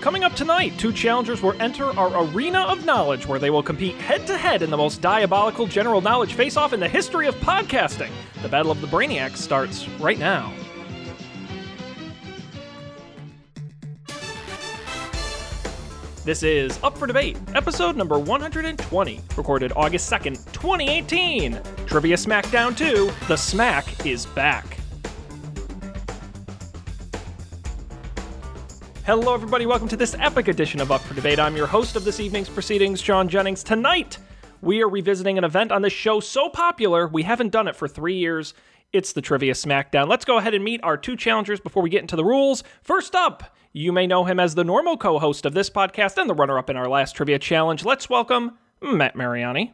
Coming up tonight, two challengers will enter our arena of knowledge where they will compete head to head in the most diabolical general knowledge face off in the history of podcasting. The Battle of the Brainiacs starts right now. This is Up for Debate, episode number 120, recorded August 2nd, 2018. Trivia Smackdown 2 The Smack is back. Hello, everybody. Welcome to this epic edition of Up for Debate. I'm your host of this evening's proceedings, John Jennings. Tonight, we are revisiting an event on this show so popular, we haven't done it for three years. It's the Trivia Smackdown. Let's go ahead and meet our two challengers before we get into the rules. First up, you may know him as the normal co host of this podcast and the runner up in our last trivia challenge. Let's welcome Matt Mariani.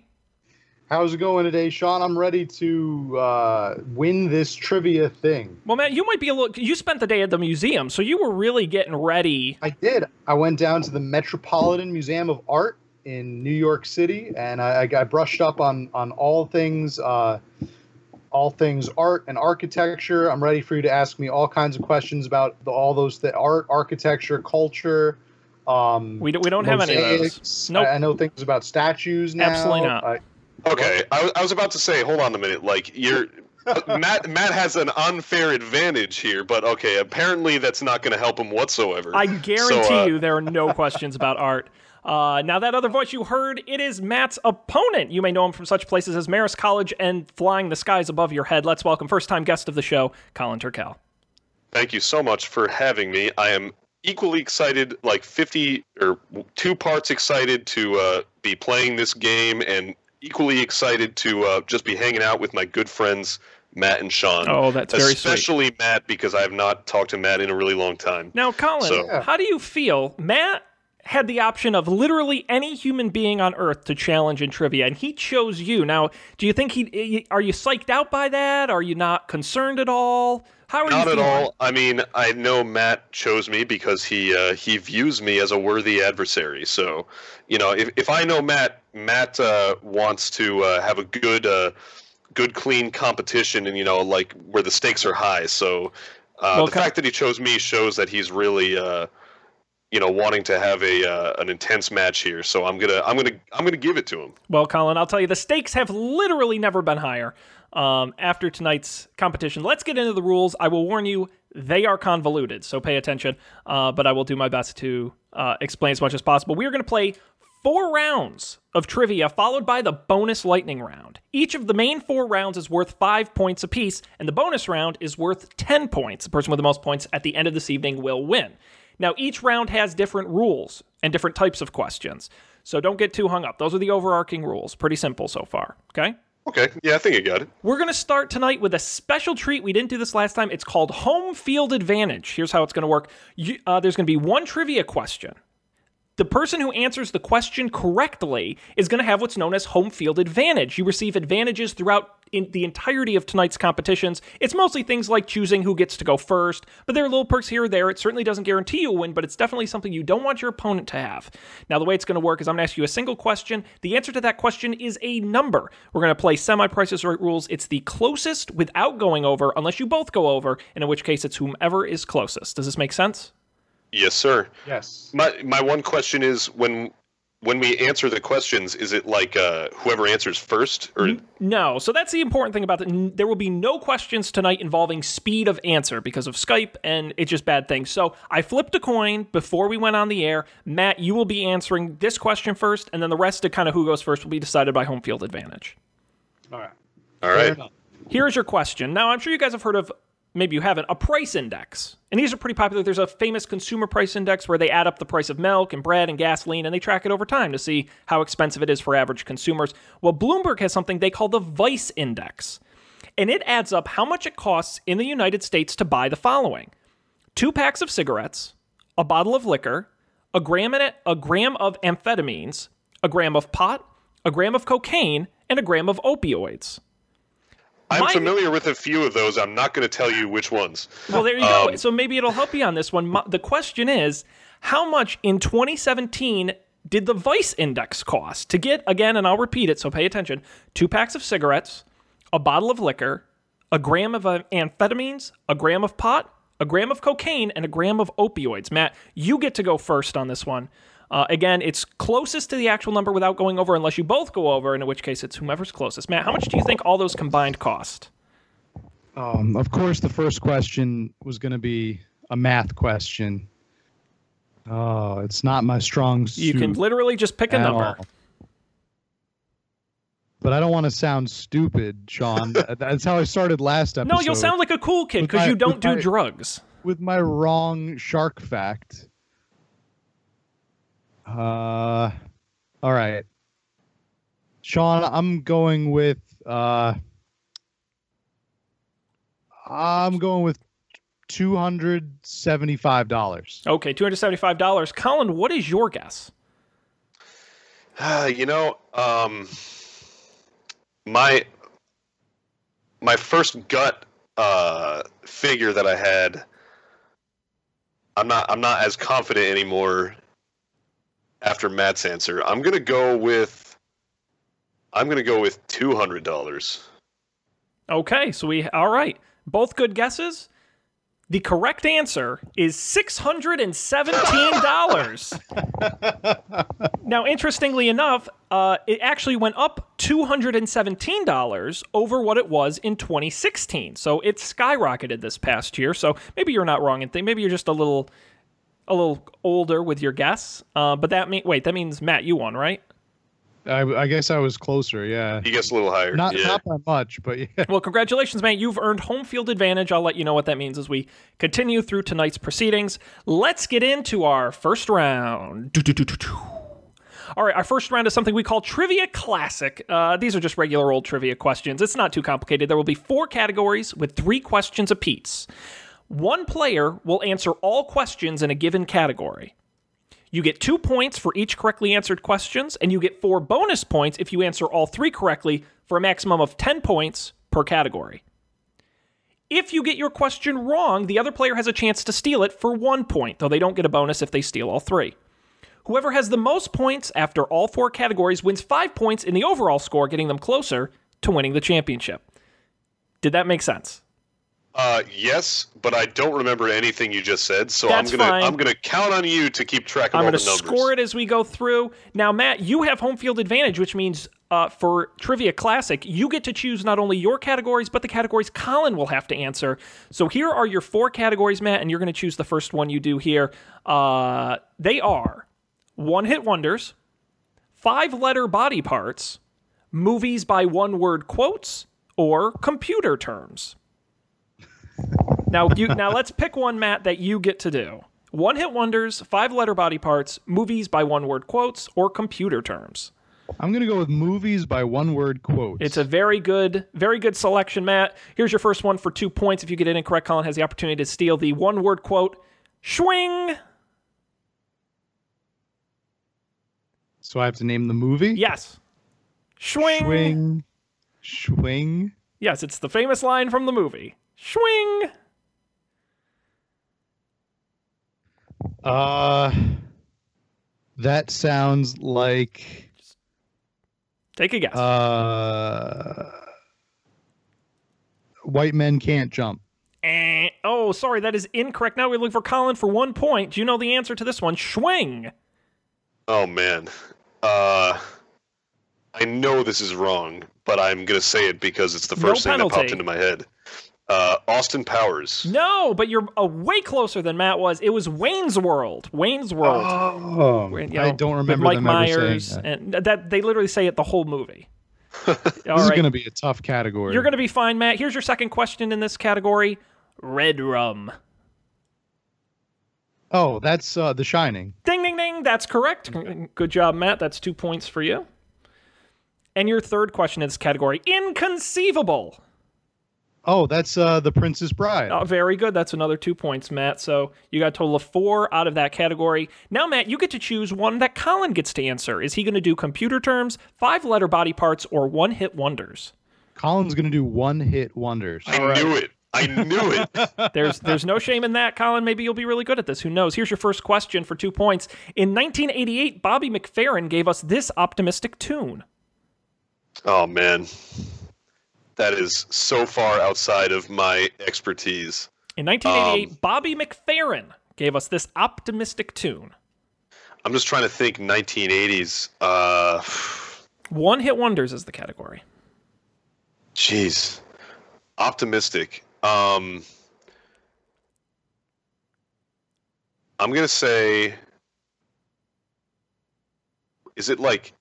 How's it going today, Sean? I'm ready to uh, win this trivia thing. Well, Matt, you might be a little. You spent the day at the museum, so you were really getting ready I did. I went down to the Metropolitan Museum of Art in New York City, and I, I got brushed up on on all things uh, all things art and architecture. I'm ready for you to ask me all kinds of questions about the, all those the art, architecture, culture. Um, We don't, we don't have any of those. mosaics. Nope. I, I know things about statues now. Absolutely not. I- Okay, I, was- I was about to say, hold on a minute. Like you're Matt. Matt has an unfair advantage here, but okay, apparently that's not going to help him whatsoever. I guarantee So, uh, you there are no questions about art. Uh, now that other voice you heard, it is Matt's opponent. You may know him from such places as Marist College and Flying the Skies Above Your Head. Let's welcome first-time guest of the show, Colin Turkel. Thank you so much for having me. I am equally excited, like fifty or two parts excited to uh, be playing this game, and equally excited to uh, just be hanging out with my good friends Matt and Sean. Oh, that's very sweet. especially Matt because I have not talked to Matt in a really long time. Now, Colin, So- Yeah. how do you feel? Matt had the option of literally any human being on Earth to challenge in trivia, and he chose you. Now, do you think he? Are you psyched out by that? Are you not concerned at all? How are you? Not at feeling? all. I mean, I know Matt chose me because he uh, he views me as a worthy adversary. So, you know, if, if I know Matt, Matt uh, wants to uh, have a good uh, good clean competition, and you know, like where the stakes are high. So, uh, Well, the Cal- fact that he chose me shows that he's really. Uh, you know, wanting to have a uh, an intense match here, so I'm gonna I'm gonna I'm gonna give it to him. Well, Colin, I'll tell you, the stakes have literally never been higher um, after tonight's competition. Let's get into the rules. I will warn you, they are convoluted, so pay attention, uh, but I will do my best to uh, explain as much as possible. We are going to play four rounds of trivia, followed by the bonus lightning round. Each of the main four rounds is worth five points apiece, and the bonus round is worth 10 points. The person with the most points at the end of this evening will win. Now, each round has different rules and different types of questions. So don't get too hung up. Those are the overarching rules. Pretty simple so far. Okay? Okay, yeah, I think I got it. We're going to start tonight with a special treat. We didn't do this last time. It's called Home Field Advantage. Here's how it's going to work you, uh, there's going to be one trivia question. The person who answers the question correctly is going to have what's known as home field advantage. You receive advantages throughout in the entirety of tonight's competitions. It's mostly things like choosing who gets to go first, but there are little perks here or there. It certainly doesn't guarantee you a win, but it's definitely something you don't want your opponent to have. Now, the way it's going to work is I'm going to ask you a single question. The answer to that question is a number. We're going to play semi prices right rules. It's the closest without going over, unless you both go over, and in which case it's whomever is closest. Does this make sense? Yes, sir. yes. My my one question is when when we answer the questions, is it like uh, whoever answers first, or No. So that's the important thing about it. There will be no questions tonight involving speed of answer because of Skype and it's just bad things. So I flipped a coin before we went on the air. Matt, you will be answering this question first, and then the rest of kind of who goes first will be decided by home field advantage. All right. all right? Here's your question. Now, I'm sure you guys have heard of, maybe you haven't, a price index. And these are pretty popular. There's a famous consumer price index where they add up the price of milk and bread and gasoline and they track it over time to see how expensive it is for average consumers. Well, Bloomberg has something they call the Vice Index. And it adds up how much it costs in the United States to buy the following two packs of cigarettes, a bottle of liquor, a gram, in a gram of amphetamines, a gram of pot, a gram of cocaine, and a gram of opioids. I'm My- familiar with a few of those. I'm not going to tell you which ones. Well, there you go. Um, So maybe it'll help you on this one. My- The question is, how much in 2017 did the Vice Index cost to get? Again, and I'll repeat it, so pay attention: two packs of cigarettes, a bottle of liquor, a gram of uh, amphetamines, a gram of pot, a gram of cocaine and a gram of opioids. Matt, you get to go first on this one. Uh, again, it's closest to the actual number without going over, unless you both go over, in which case it's whomever's closest. Matt, how much do you think all those combined cost? Um, of course, the first question was going to be a math question. Oh, it's not my strong suit. You can literally just pick a at number. all. But I don't want to sound stupid, Sean. That- That's how I started last episode. No, you'll sound like a cool kid With because my- you don't with do my- drugs. with my wrong shark fact. Uh, all right, Sean, I'm going with uh, I'm going with two hundred seventy-five dollars. Okay, $275. Colin, what is your guess? Ah, you know, um, my my first gut uh, figure that I had, I'm not I'm not as confident anymore after Matt's answer. I'm gonna go with I'm gonna go with two hundred dollars. Okay, so we, all right, both good guesses. The correct answer is $617. Now, interestingly enough, uh, it actually went up $217 over what it was in 2016. So it skyrocketed this past year. So maybe you're not wrong. In th- maybe you're just a little, a little older with your guess. Uh, but that mean wait, that means Matt, you won, right? I, I guess I was closer. Yeah, He gets a little higher. not yeah. not by much, but yeah. Well, congratulations, Matt. You've earned home field advantage. I'll let you know what that means as we continue through tonight's proceedings. Let's get into our first round. Do-do-do-do-do. All right, our first round is something we call Trivia Classic. Uh, these are just regular old trivia questions. It's not too complicated. There will be four categories with three questions apiece. One player will answer all questions in a given category. You get two points for each correctly answered questions, and you get four bonus points if you answer all three correctly for a maximum of 10 points per category. If you get your question wrong, the other player has a chance to steal it for one point, though they don't get a bonus if they steal all three. Whoever has the most points after all four categories wins five points in the overall score, getting them closer to winning the championship. Did that make sense? Uh, yes, but I don't remember anything you just said, so That's I'm gonna fine. I'm gonna count on you to keep track of I'm all going the to numbers. score it as we go through. Now, Matt, you have home field advantage, which means uh, for Trivia Classic, you get to choose not only your categories, but the categories Colin will have to answer. So here are your four categories, Matt, and you're going to choose the first one you do here. Uh, they are one hit wonders, five letter body parts, movies by one word quotes, or computer terms. Now you now let's pick one, Matt, that you get to do. One hit wonders, five letter body parts, movies by one word quotes, or computer terms. I'm gonna go with movies by one-word quotes. It's a very good, very good selection, Matt. Here's your first one for two points. If you get it incorrect, Colin has the opportunity to steal the one word quote. Swing. so I have to name the movie. Yes. Swing. swing, swing. Yes, it's the famous line from the movie. Swing. Uh, that sounds like Take a guess. uh, white men can't jump. Eh. Oh, sorry, that is incorrect. Now we're looking for Colin for one point. Do you know the answer to this one? Swing. Oh man. Uh I know this is wrong, but I'm gonna say it because it's the No first thing that popped penalty. into my head. Uh Austin Powers. No, but you're uh, way closer than Matt was. It was Wayne's World. Wayne's World. Oh, Where, you I know, don't with remember Mike them ever Myers saying that. and that they literally say it the whole movie. All this is right. going to be a tough category. You're going to be fine, Matt. Here's your second question in this category. Red rum. oh, that's uh, The Shining. Ding ding ding. That's correct. Good job, Matt. That's 2 points for you. And your third question in this category, inconceivable. Oh, that's uh, The Princess Bride. Oh, very good. That's another two points, Matt. So you got a total of four out of that category. Now, Matt, you get to choose one that Colin gets to answer. Is he going to do computer terms, five letter body parts, or one hit wonders? Colin's going to do one hit wonders. I knew it. I knew it. There's there's no shame in that, Colin. Maybe you'll be really good at this. Who knows? Here's your first question for two points. In 1988, Bobby McFerrin gave us this optimistic tune. Oh man. That is so far outside of my expertise. In 1988, Bobby McFerrin gave us this optimistic tune. I'm just trying to think 1980s. Uh, One hit wonders is the category. jeez, optimistic. Um, I'm gonna say, is it like,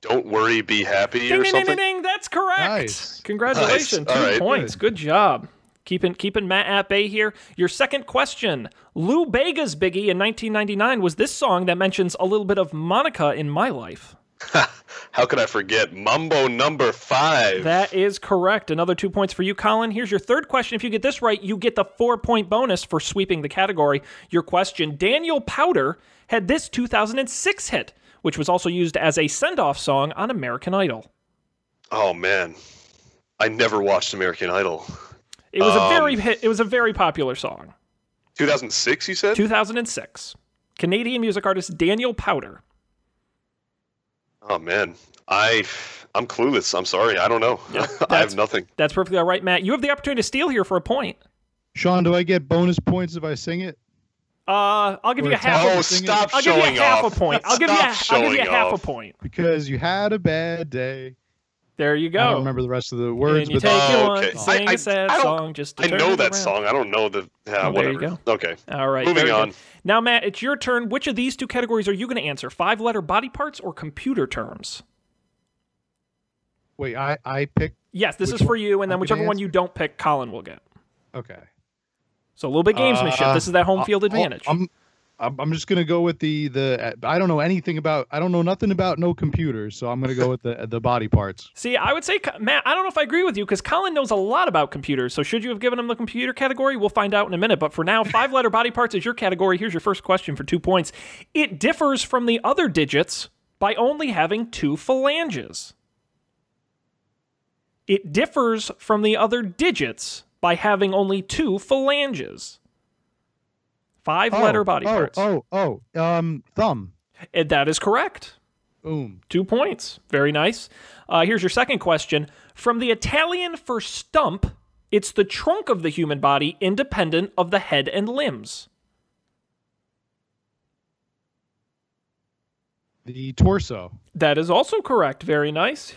"Don't worry, be happy" Ding, ding, or ding, something? ding, ding. That's correct. Nice. Congratulations. Nice. All Two right. points. Good job. Keeping keeping Matt at bay here. Your second question. Lou Bega's biggie in 1999 was this song that mentions a little bit of Monica in my life. How could I forget Mumbo Number Five? That is correct. Another two points for you, Colin. Here's your third question. If you get this right, you get the four point bonus for sweeping the category. Your question Daniel Powder had this 2006 hit, which was also used as a send off song on American Idol. oh man, I never watched American Idol. It was a Um. very hit, it was a very popular song. 2006, you said? 2006. Canadian music artist Daniel Powder. Oh man, I I'm clueless. I'm sorry. I don't know. I that's- have nothing. That's perfectly all right, Matt. You have the opportunity to steal here for a point. Sean, do I get bonus points if I sing it? Uh, I'll give Or you a it's half. Oh, A, singing. stop I'll give you a showing half off. a point. I'll give you. A, Stop I'll give you a showing half a off. point. Because you had a bad day. There you go. I don't remember the rest of the words, and you but take that's- Oh, it one, okay. sing I- I- a sad I don't- song just to I turn know it that around. song. I don't know the. Yeah, Oh, there you whatever. go. Okay. All right, Moving very good. on. Now, Matt, it's your turn. Which of these two categories are you going to answer? Five-letter body parts or computer terms? wait, I I picked. Yes, this Which is for you, and then I'm gonna whichever one answer? you don't pick, Colin will get. Okay. So a little bit gamesmanship. Uh, this is that home field I'll- advantage. Oh, I'm, I'm I'm just gonna go with the the. I don't know anything about. I don't know nothing about no computers, so I'm gonna go with the the body parts. See, I would say, Co- Matt, I don't know if I agree with you because Colin knows a lot about computers. So, should you have given him the computer category? We'll find out in a minute. But for now, five letter body parts is your category. Here's your first question for two points. It differs from the other digits by only having two phalanges. It differs from the other digits by having only two phalanges. Five letter Oh, body oh, parts. Oh oh um thumb. And that is correct. Boom. Two points. Very nice. Uh, here's your second question. From the Italian for stump, it's the trunk of the human body independent of the head and limbs. The torso. That is also correct. Very nice.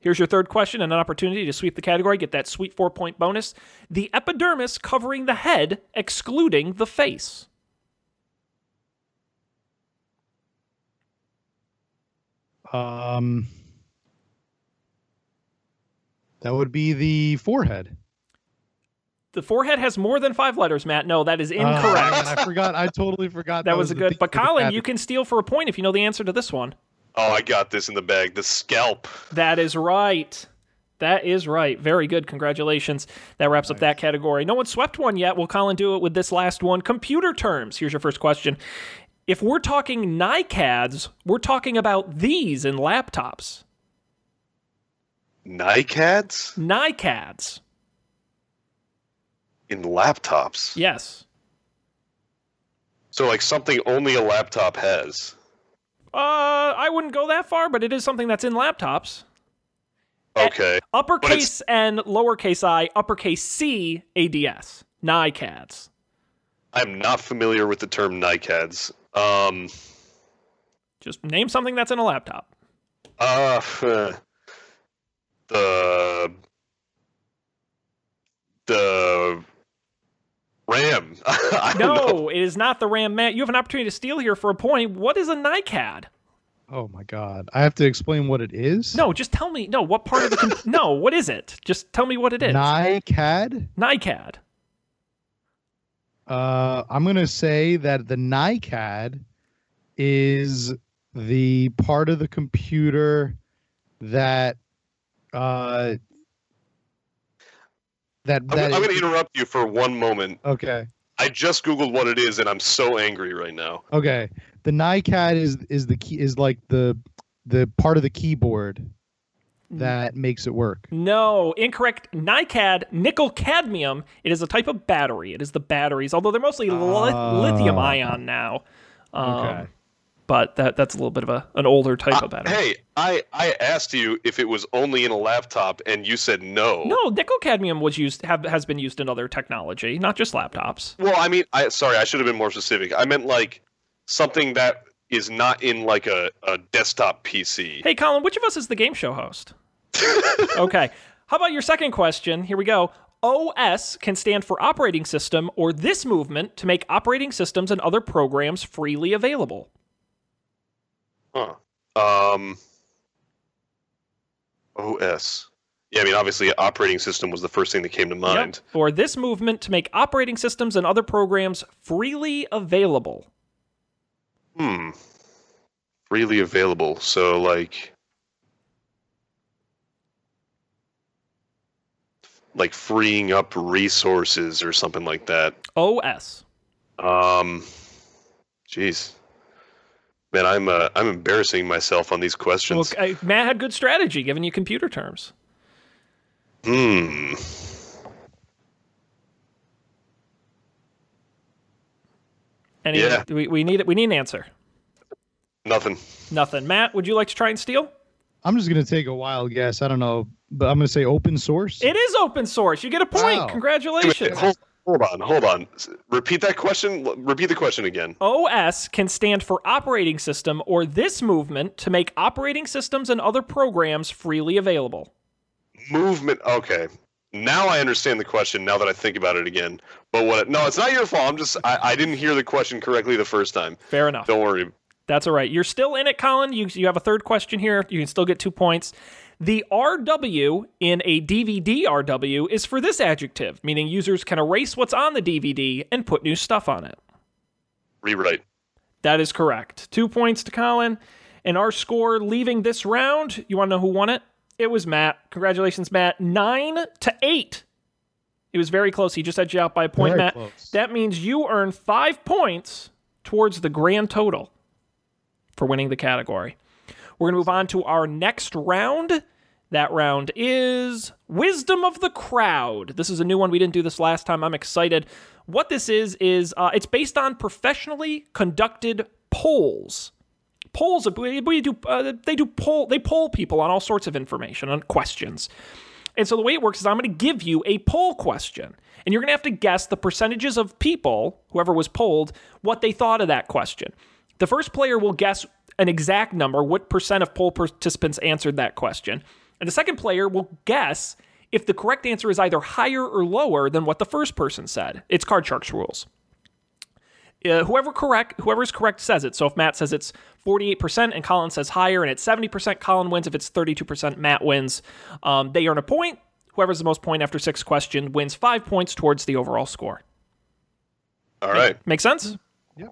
Here's your third question and an opportunity to sweep the category. Get that sweet four point bonus. The epidermis covering the head, excluding the face. Um. That would be the forehead. The forehead has more than five letters, Matt. No, that is Oh, incorrect. man, I forgot. I totally forgot. Ah. that was a the good. theme But for the Colin, cat- you can steal for a point if you know the answer to this one. Oh, I got this in the bag. The scalp. That is right. That is right. Very good. Congratulations. That wraps up that category. No one swept one yet. Will Colin do it with this last one? Computer terms. Here's your first question. If we're talking NICADs, we're talking about these in laptops. NICADs NICADs. in laptops. Yes. So like something only a laptop has. Uh, I wouldn't go that far, but it is something that's in laptops. Okay. Uppercase N, lowercase i, uppercase C, ADS. NICADs. I'm not familiar with the term NICADs. Um. Just name something that's in a laptop. Uh. huh. The. The. RAM. I don't know. No, it is not the Ram Matt. You have an opportunity to steal here for a point. What is a NICAD? Oh my god! I have to explain what it is. No, just tell me. No, what part of the. com- no, what is it? Just tell me what it is. NICAD. NICAD. Uh, I'm gonna say that the NICAD is the part of the computer that uh, that I'm, that. I'm going to interrupt you for one moment. okay, I just googled what it is, and I'm so angry right now. okay. The NICAD is is the key is like the the part of the keyboard Mm. that makes it work. No, incorrect. NICAD, nickel cadmium. It is a type of battery. It is the batteries, although they're mostly li- Ah. lithium ion now. Um, Okay. but that that's a little bit of a an older type of battery. Uh, Hey, I, I asked you if it was only in a laptop, and you said no. No, nickel cadmium was used have has been used in other technology, not just laptops. Well, I mean, I sorry, I should have been more specific. I meant like something that is not in like a, a desktop PC. Hey, Colin, which of us is the game show host? okay. How about your second question? Here we go. OS can stand for operating system or this movement to make operating systems and other programs freely available. Huh. Um, OS. Yeah, I mean, obviously, operating system was the first thing that came to mind. Yep. Or this movement to make operating systems and other programs freely available. Hmm. Freely available. So, like, like freeing up resources or something like that. OS. Um, jeez, man, I'm uh, I'm embarrassing myself on these Well, questions. I- Matt had good strategy giving you computer terms. Hmm. And he- Yeah. we, we need we need an answer. Nothing. Nothing. Matt, would you like to try and steal? I'm just gonna take a wild guess. I don't know, but I'm gonna say open source. It is open source. You get a point. Wow. Wait, wait, Congratulations. hold, hold on, hold on. S- Repeat that question. L- Repeat the question again. OS can stand for operating system or this movement to make operating systems and other programs freely available. Movement. Okay. Now I understand the question. Now that I think about it again, but what? No, it's not your fault. I'm just I, I didn't hear the question correctly the first time. Fair enough. Don't worry. That's all right. You're still in it, Colin. You, you have a third question here. You can still get two points. The RW in a DVD RW is for this adjective, meaning users can erase what's on the DVD and put new stuff on it. Rewrite. That is correct. Two points to Colin. And our score leaving this round, you want to know who won it? It was Matt. Congratulations, Matt. Nine to eight. It was very close. He just had you out by a point, Very Matt. close. That means you earn five points towards the grand total for winning the category. We're going to move on to our next round. That round is Wisdom of the Crowd. This is a new one. We didn't do this last time. I'm excited. What this is, is uh, it's based on professionally conducted polls. Polls, we we do, uh, they do poll, they poll people on all sorts of information, on questions. And so the way it works is I'm going to give you a poll question, and you're going to have to guess the percentages of people, whoever was polled, what they thought of that question. The first player will guess an exact number, what percent of poll participants answered that question. And the second player will guess if the correct answer is either higher or lower than what the first person said. It's Card Sharks rules uh, whoever correct whoever's correct says it. So if Matt says it's 48% and Colin says higher and it's 70%, Colin wins. If it's 32%, Matt wins. Um, they earn a point. Whoever's the most point after six question wins five points towards the overall score. All right. Make sense? Yeah.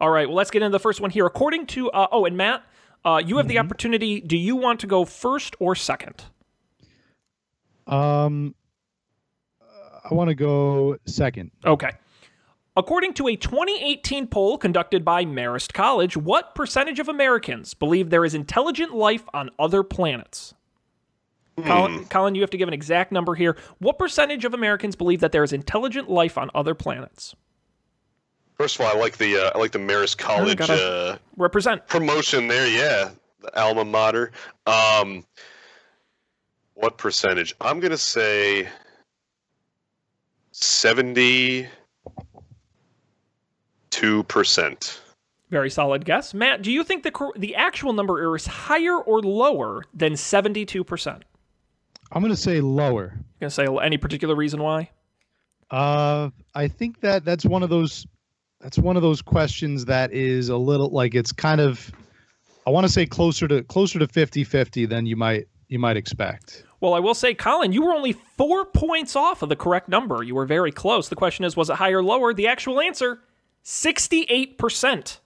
All right. Well, let's get into the first one here. According to uh, oh, and Matt, uh, you have the opportunity. Do you want to go first or second? Um, I want to go second. Okay. According to a 2018 poll conducted by Marist College, what percentage of Americans believe there is intelligent life on other planets? Colin, Colin, you have to give an exact number here. What percentage of Americans believe that there is intelligent life on other planets? First of all, I like the uh, I like the Marist College gotta- uh, Represent. promotion there. Yeah, the alma mater. Um, what percentage? I'm gonna say seventy-two percent. Very solid guess. Matt, do you think the, cor- the actual number is higher or lower than 72%? I'm I'm gonna say lower. going to say any particular reason why? Uh, I think that that's one of those that's one of those questions that is a little like it's kind of I want to say closer to closer to 50-50 than you might you might expect. Well, I will say, Colin, you were only four points off of the correct number. You were very close. The question is, was it higher or lower? The actual answer, 68%.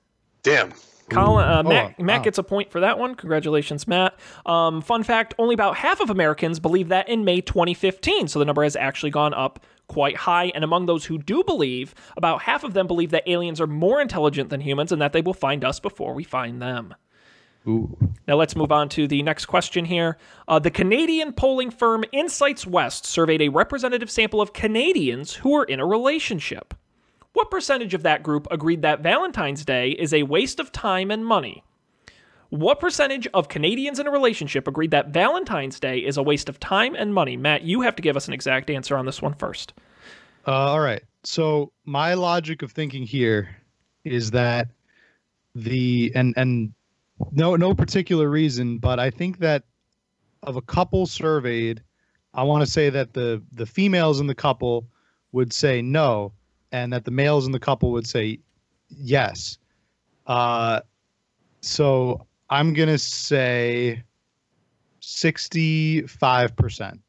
Damn. Colin, uh, Matt, wow. Matt gets a point for that one. Congratulations, Matt. Um, fun fact only about half of Americans believe that in May 2015. So the number has actually gone up quite high. And among those who do believe, about half of them believe that aliens are more intelligent than humans and that they will find us before we find them. Ooh. Now let's move on to the next question here. Uh, the Canadian polling firm Insights West surveyed a representative sample of Canadians who are in a relationship. What percentage of that group agreed that Valentine's Day is a waste of time and money? What percentage of Canadians in a relationship agreed that Valentine's Day is a waste of time and money? Matt, you have to give us an exact answer on this one first. Uh, all right. So my logic of thinking here is that the and and no no particular reason, but I think that of a couple surveyed, I want to say that the the females in the couple would say no, and that the males in the couple would say yes. Uh, so I'm gonna say sixty five percent.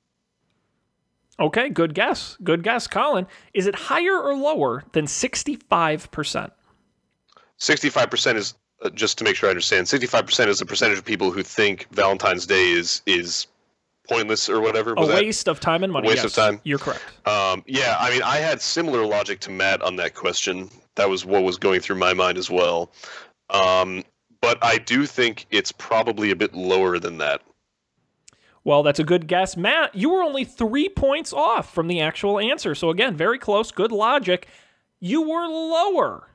Okay, good guess. Good guess, Colin. Is it higher or lower than 65%? 65% is uh, just to make sure I understand. 65% is the percentage of people who think Valentine's Day is is pointless or whatever. A Was that- waste of time and money. Waste yes, of time. You're correct. Um, yeah, I mean, I had similar logic to Matt on that question. That was what was going through my mind as well. Um, but I do think it's probably a bit lower than that. Well, that's a good guess. Matt, you were only three points off from the actual answer. So, again, very close. Good logic. You were lower. Or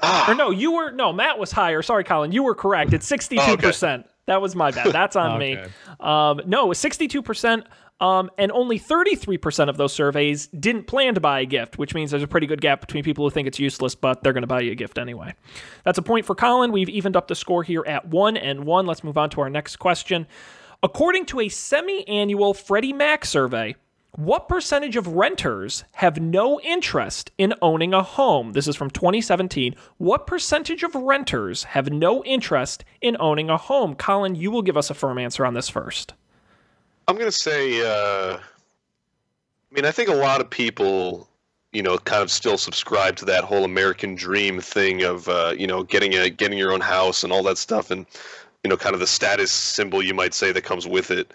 Ah, no, you were no. Matt was higher. Sorry, Colin. You were correct. It's sixty-two percent. That was my bad. That's on me. Okay. Um, no, sixty-two percent. Um, and only thirty-three percent of those surveys didn't plan to buy a gift, which means there's a pretty good gap between people who think it's useless, but they're going to buy you a gift anyway. That's a point for Colin. We've evened up the score here at one and one. Let's move on to our next question. According to a semi-annual Freddie Mac survey, what percentage of renters have no interest in owning a home? This is from 2017. What percentage of renters have no interest in owning a home? Colin, you will give us a firm answer on this first. I'm gonna say. Uh, I mean, I think a lot of people, you know, kind of still subscribe to that whole American dream thing of, uh, you know, getting a getting your own house and all that stuff, and you know, kind of the status symbol you might say that comes with it.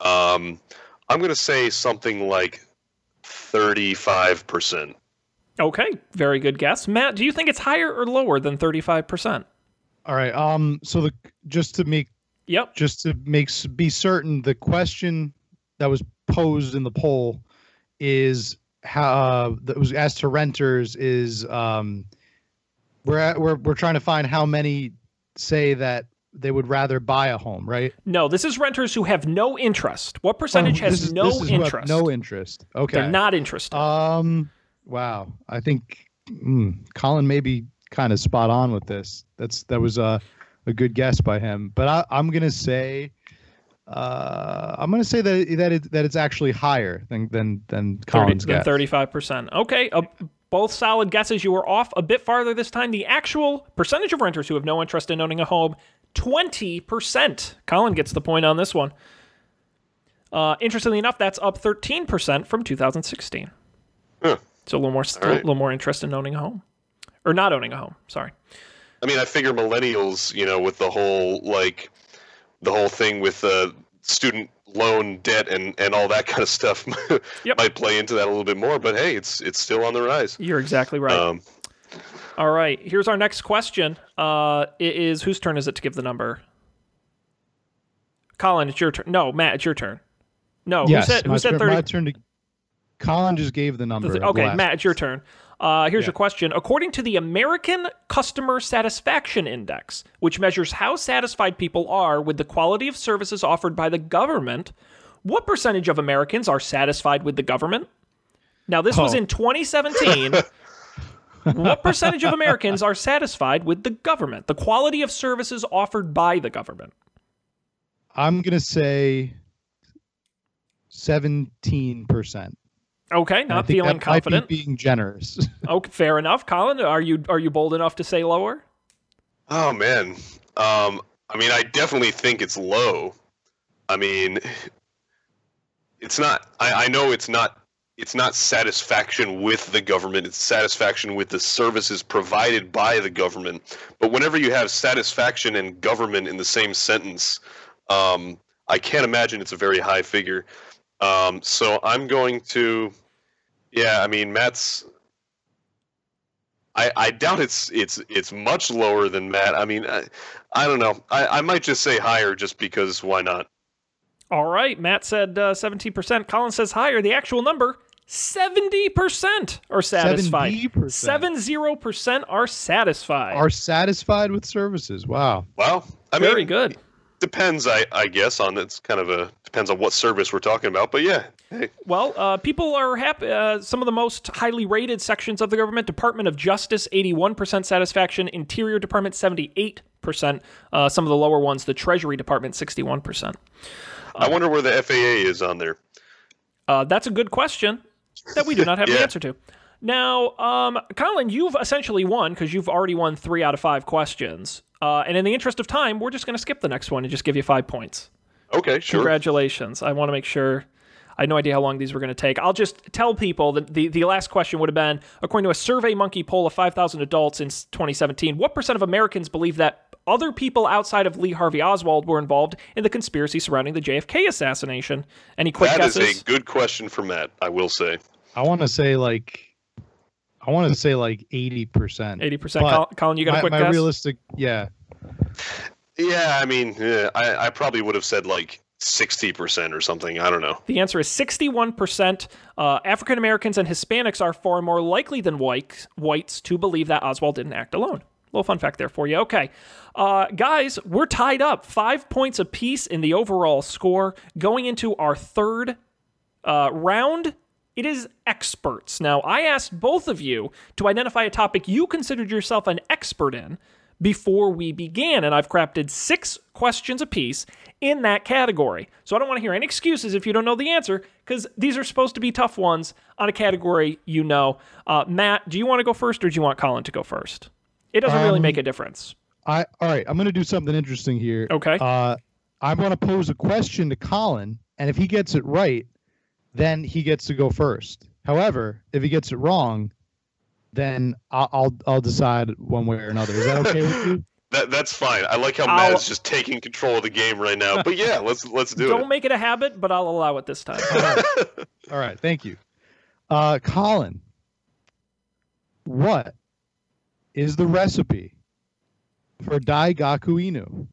Um, I'm gonna say something like thirty-five percent. Okay, very good guess. Matt, do you think it's higher or lower than 35%? All right. Um. So the just to make Yep. just to make s- be certain, the question that was posed in the poll is how uh, that was asked to renters is um, we're at, we're we're trying to find how many say that they would rather buy a home, right? No, this is renters who have no interest. What percentage Oh, has this is- no this is who have interest? No interest. Okay. They're not interested. Um. Wow. I think mm, Colin may be kind of spot on with this. That's that was a a good guess by him. But I, I'm gonna say, uh, I'm gonna say that that it, that it's actually higher than than than 30, Colin's than guess. 35%. Okay, uh, both solid guesses. You were off a bit farther this time. The actual percentage of renters who have no interest in owning a home, 20%. Colin gets the point on this one. Uh, interestingly enough, that's up 13% from 2016. Huh. So a little more, a right. little more interest in owning a home. Or not owning a home, sorry. I mean, I figure millennials, you know, with the whole like the whole thing with uh, student loan debt and and all that kind of stuff Yep. might play into that a little bit more. But hey, it's it's still on the rise. You're exactly right. Um, All right, here's our next question. Uh, it is whose turn is it to give the number? Colin, it's your turn. No, Matt, it's your turn. No, yes. Oh, who said my, who said turn, thirty? my turn to. Colin just gave the number. of the Okay, last- Matt, it's your turn. Uh, here's Yeah. your question. According to the American Customer Satisfaction Index, which measures how satisfied people are with the quality of services offered by the government, what percentage of Americans are satisfied with the government? Now, this was Oh. in 2017. what percentage of Americans are satisfied with the government, the quality of services offered by the government? I'm gonna say seventeen percent. Okay, not feeling confident. being generous. Okay, fair enough. Colin, are you are you bold enough to say lower? oh man, um, I mean, I definitely think it's low. I mean, it's not. I, I know it's not. It's not satisfaction with the government. It's satisfaction with the services provided by the government. But whenever you have satisfaction and government in the same sentence, um, I can't imagine it's a very high figure. Um, so I'm going to. Yeah, I mean, Matt's. I, I doubt it's it's it's much lower than Matt. I mean, I, I don't know. I, I might just say higher just because why not? All right. Matt said uh, 17%. Colin says higher. The actual number, 70% are satisfied. 70%. 70% are satisfied. Are satisfied with services. Wow. Well, I Very mean, good. depends. I I guess on it's kind of a depends on what service we're talking about. But yeah, hey, Well, uh, people are happy. Uh, some of the most highly rated sections of the government Department of Justice, 81% satisfaction, Interior Department, 78%. Uh, some of the lower ones, the Treasury Department, 61%. I wonder where the FAA is on there. Uh, that's a good question that we do not have an Yeah. answer to. Now, um, Colin, you've essentially won because you've already won three out of five questions. Uh, and in the interest of time, we're just going to skip the next one and just give you five points. Okay, sure. Congratulations. I want to make sure. I had no idea how long these were going to take. I'll just tell people that the, the last question would have been according to a SurveyMonkey poll of 5,000 adults in s- 2017, what percent of Americans believe that other people outside of Lee Harvey Oswald were involved in the conspiracy surrounding the JFK assassination? Any quick That is guesses? a good question for Matt. I will say. I want to say like, I want to say like eighty percent. 80%. But Col- Colin, you got a My, quick my guess? realistic, yeah, Yeah, I mean, yeah, I I probably would have said like sixty percent or something. I don't know. The answer is 61%. Uh, African Americans and Hispanics are far more likely than whites, whites to believe that Oswald didn't act alone. Little fun fact there for you. Okay. Uh, guys, we're tied up five points apiece in the overall score going into our third uh, round. It is experts. Now, I asked both of you to identify a topic you considered yourself an expert in before we began, and I've crafted six questions apiece in that category. So I don't want to hear any excuses if you don't know the answer, because these are supposed to be tough ones on a category you know. Uh, Matt, do you want to go first, or do you want Colin to go first? It doesn't really Um, make a difference. I all right. I'm gonna do something interesting here. Okay. Uh, I'm gonna pose a question to Colin, and if he gets it right, then he gets to go first. However, if he gets it wrong, then I'll I'll, I'll decide one way or another. Is that okay with you? That that's fine. I like how I'll- Matt's just taking control of the game right now. But yeah, let's let's do don't it. make it a habit, but I'll allow it this time. Oh, All right. All right. Thank you. Uh, Colin, what is the recipe for Daigaku Inu?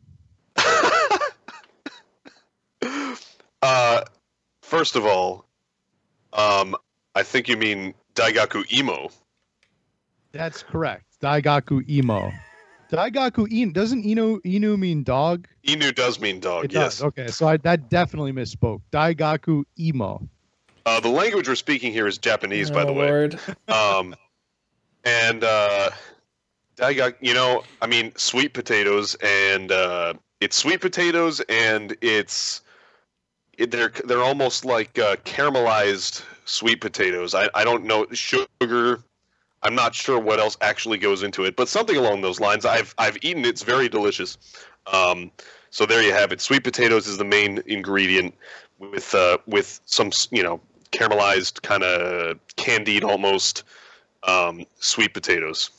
Uh, first of all, um, I think you mean Daigaku Emo. That's correct. Daigaku Imo. Daigaku Inu. Doesn't Inu Inu mean dog? Inu does mean dog. It Oh, yes. does. Okay. So I, that definitely misspoke. Daigaku Imo. Uh, the language we're speaking here is Japanese, Uh, by the way. um, and uh, I got you know, I mean, sweet potatoes, and uh, it's sweet potatoes, and it's it, they're they're almost like uh, caramelized sweet potatoes. I I don't know sugar. I'm not sure what else actually goes into it, but something along those lines. I've I've eaten. it. It's very delicious. Um, so there you have it. Sweet potatoes is the main ingredient with uh, with some s- you know caramelized kind of candied almost um, sweet potatoes.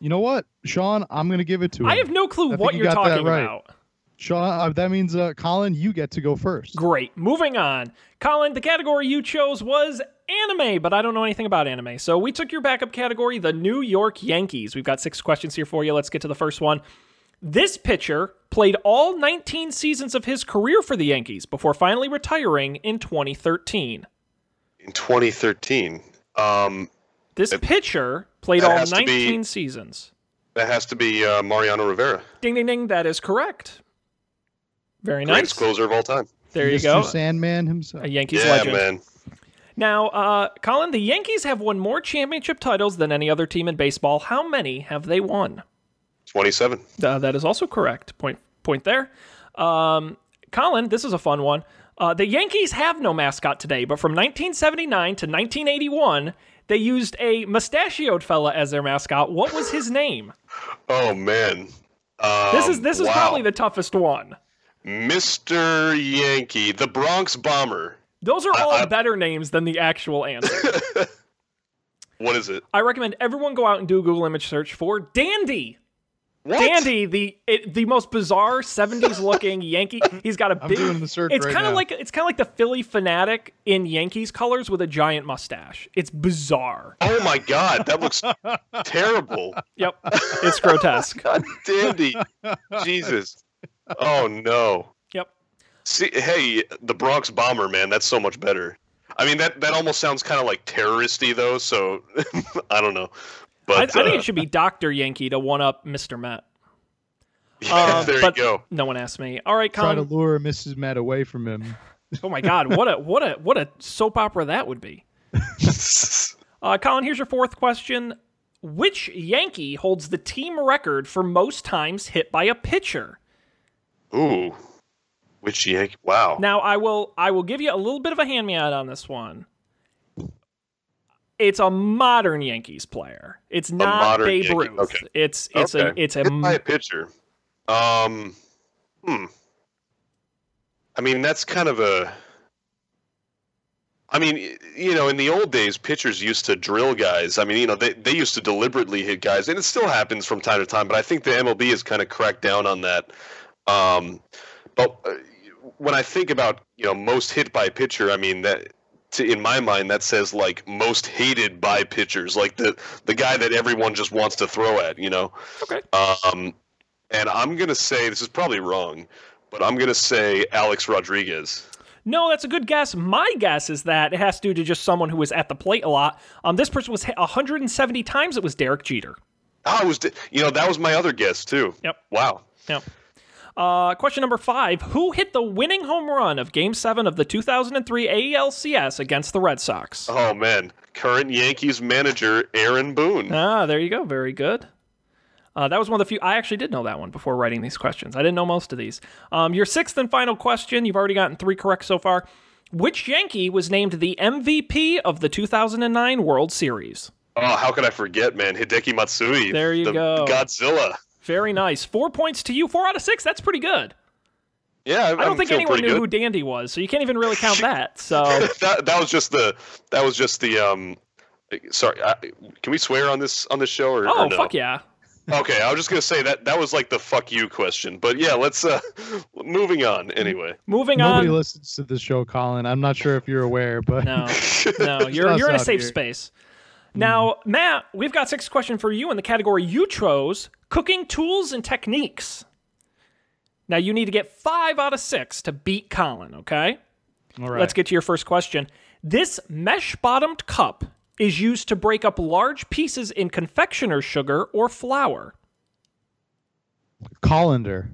You know what, Sean? I'm gonna give it to him. I have no I clue think what you you're got that talking right. about. Sean. Uh, that means uh, Colin, you get to go first. Great. Moving on. Colin, the category you chose was anime, but I don't know anything about anime. So we took your backup category, the New York Yankees. We've got six questions here for you. Let's get to the first one. This pitcher played all 19 seasons of his career for the Yankees before finally retiring in 2013. In 2013, um, This pitcher played that all has to be- 19 seasons. that has to be uh, Mariano Rivera, Ding, ding, ding. That is correct. Very nice. greatest closer of all time. There you Mr. go. Sandman himself. A Yankees yeah, legend. man. Now, uh, Colin, the Yankees have won more championship titles than any other team in baseball. How many have they won? 27. Uh, that is also correct. Point point there. Um, Colin, this is a fun one. Uh, the Yankees have no mascot today, but from 1979 to 1981, they used a mustachioed fella as their mascot. What was his name? Oh man. Um, This is this is wow. probably the toughest one. Mr. Yankee, the Bronx Bomber. Those are all I- better names than the actual answer. What is it? I recommend everyone go out and do a Google image search for Dandy. What? Dandy, the it, the most bizarre '70s looking Yankee. He's got a I'm big. doing the search It's right kind of now. like it's kind of like the Philly fanatic in Yankees colors with a giant mustache. It's bizarre. Oh my God, that looks terrible. Yep, it's grotesque. God, dandy. Jesus. Oh no. Yep. See, hey, the Bronx Bomber, man, that's so much better. I mean that that almost sounds kind of like terroristy though. So I don't know. But I, I think uh, it should be Doctor Yankee to one up Mister Met. yeah, Uh, there you but- go. No one asked me. All right, Try Colin. to lure Mrs. Matt away from him. Oh my God, what a what a what a soap opera that would be. Uh, Colin, here's your fourth question: Which Yankee holds the team record for most times hit by a pitcher? Ooh, which Yankee? Wow. Now, I will I will give you a little bit of a hand me out on this one. It's a modern Yankees player. It's not modern Babe Yankee, Ruth. okay. It's it's Okay. a it's a Hit by a pitcher. Um, hmm. I mean, that's kind of a. I mean, y- you know, in the old days, pitchers used to drill guys. I mean, you know, they, they used to deliberately hit guys, and it still happens from time to time. But I think the MLB has kind of cracked down on that. Um, but uh, when I think about you know most hit by pitcher, I mean that to, in my mind that says like most hated by pitchers, like the the guy that everyone just wants to throw at. You know. Okay. Um, and I'm gonna say this is probably wrong, but I'm gonna say Alex Rodriguez. No, that's a good guess. My guess is that it has to do to just someone who was at the plate a lot. Um, this person was hit 170 times. It was Derek Jeter. Oh, it was you know that was my other guess too. Yep. Wow. Yep. Uh, question number five: Who hit the winning home run of Game Seven of the 2003 ALCS against the Red Sox? Oh man, current Yankees manager Aaron Boone. Ah, there you go. Very good. Uh, that was one of the few. I actually did know that one before writing these questions. I didn't know most of these. Um, your sixth and final question. You've already gotten three correct so far. Which Yankee was named the MVP of the 2009 World Series? Oh, how could I forget, man? Hideki Matsui. There you the go. Godzilla. Very nice. Four points to you. Four out of six. That's pretty good. Yeah, I, I don't think anyone knew who good. Dandy was, so you can't even really count that. So that that was just the that was just the um. Sorry, I, can we swear on this on this show or, oh or no? fuck yeah. Okay, I was just gonna say that that was like the fuck you question, but yeah, let's uh moving on anyway. Moving Nobody on. listens to the show, Colin. I'm not sure if you're aware, but No, no, you're us you're in a out safe here. space. Mm. Now, Matt, we've got six question for you in the category you chose: cooking tools and techniques. Now you need to get five out of six to beat Colin. Okay, all right. let's get to your first question. This mesh-bottomed cup is used to break up large pieces in confectioner's sugar or flour. colander.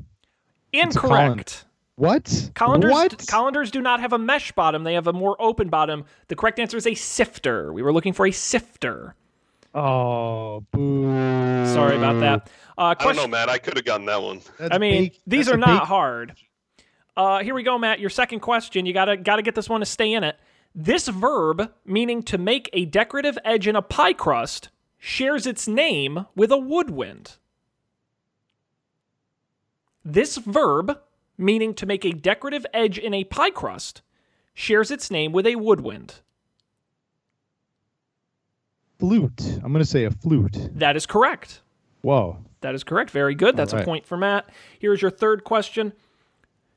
Incorrect. What? Colanders, What? colanders do not have a mesh bottom. They have a more open bottom. The correct answer is a sifter. We were looking for a sifter. oh, boo. Sorry about that. Uh, I don't know, question. Matt. I could have gotten that one. That's I, mean, bake- these that's are a not bake- hard. Uh, here we go, Matt. Your second question. You gotta gotta get this one to stay in it. This verb, meaning to make a decorative edge in a pie crust, shares its name with a woodwind. This verb, meaning to make a decorative edge in a pie crust, shares its name with a woodwind. flute. I'm gonna say a flute. That is correct. Whoa. That is correct. Very good. That's a right. point for Matt. Here's your third question.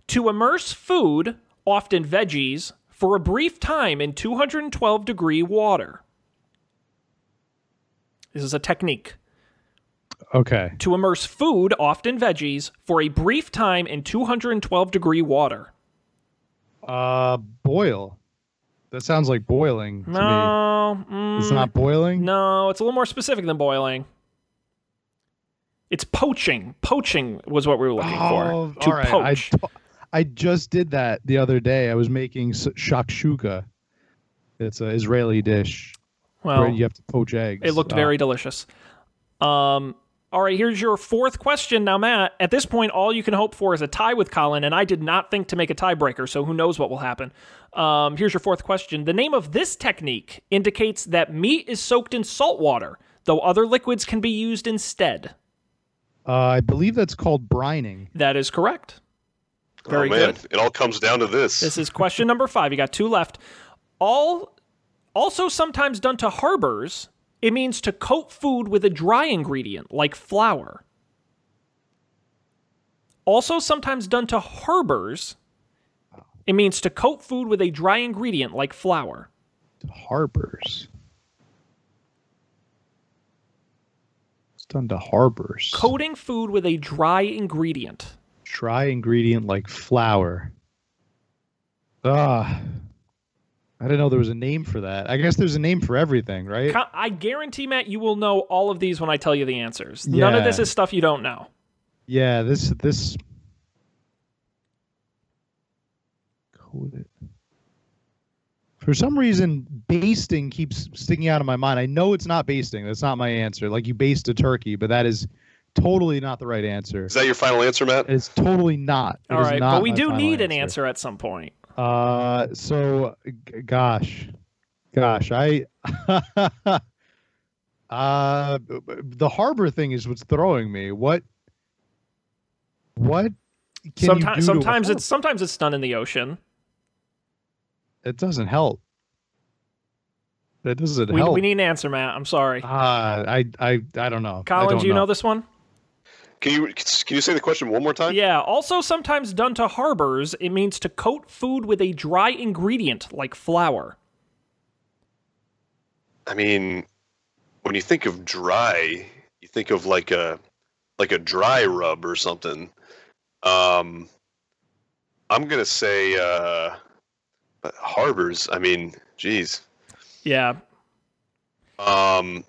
To immerse food, often veggies, for a brief time in 212 degree water. This is a technique. Okay. To immerse food, often veggies, for a brief time in 212 degree water. Uh, boil. That sounds like boiling to me. No, mm, It's not boiling. no, it's a little more specific than boiling. It's poaching. Poaching was what we were looking Oh, for. To all right. I poach. t- I just did that the other day. I was making s- shakshuka. It's an Israeli dish well, where you have to poach eggs. Oh. It looked Uh, very delicious. Um, all right, here's your fourth question. Now, Matt, at this point, all you can hope for is a tie with Colin, and I did not think to make a tiebreaker, so who knows what will happen. Um, here's your fourth question. The name of this technique indicates that meat is soaked in salt water, though other liquids can be used instead. Uh, I believe that's called brining. That is correct. Very oh man, good. it all comes down to this. This is question number five. You got two left. All also sometimes done to harbors. It means to coat food with a dry ingredient like flour. Also sometimes done to harbors. It means to coat food with a dry ingredient like flour. Harbors. It's done to harbors. Coating food with a dry ingredient. Dry ingredient like flour. Ah, I I didn't know there was a name for that. I guess there's a name for everything, right? Co- I guarantee, Matt, you will know all of these when I tell you the answers. None of Yeah. this is stuff you don't know. yeah, this this coded. For some reason, basting keeps sticking out of my mind. I know it's not basting. That's not my answer. Like you baste a turkey, but that is totally not the right answer. Is that your final answer, Matt? It's totally not. It All is right, not but we my do final need an answer at some point. Uh, so g- gosh, gosh, I, uh, b- b- the harbor thing is what's throwing me. What, what? Can you do to a Sometimes, sometimes harbor? it's sometimes it's done in the ocean. it doesn't help. That doesn't We, help. we need an answer, Matt. I'm sorry, Ah, I, I, I don't know. I Colin. don't Do you know. this one? Can you can you say the question one more time? Yeah. Also, sometimes done to harbors, it means to coat food with a dry ingredient like flour. I mean, when you think of dry, you think of like a like a dry rub or something. Um, I'm gonna say uh, but harbors. I mean, geez, Yeah. um,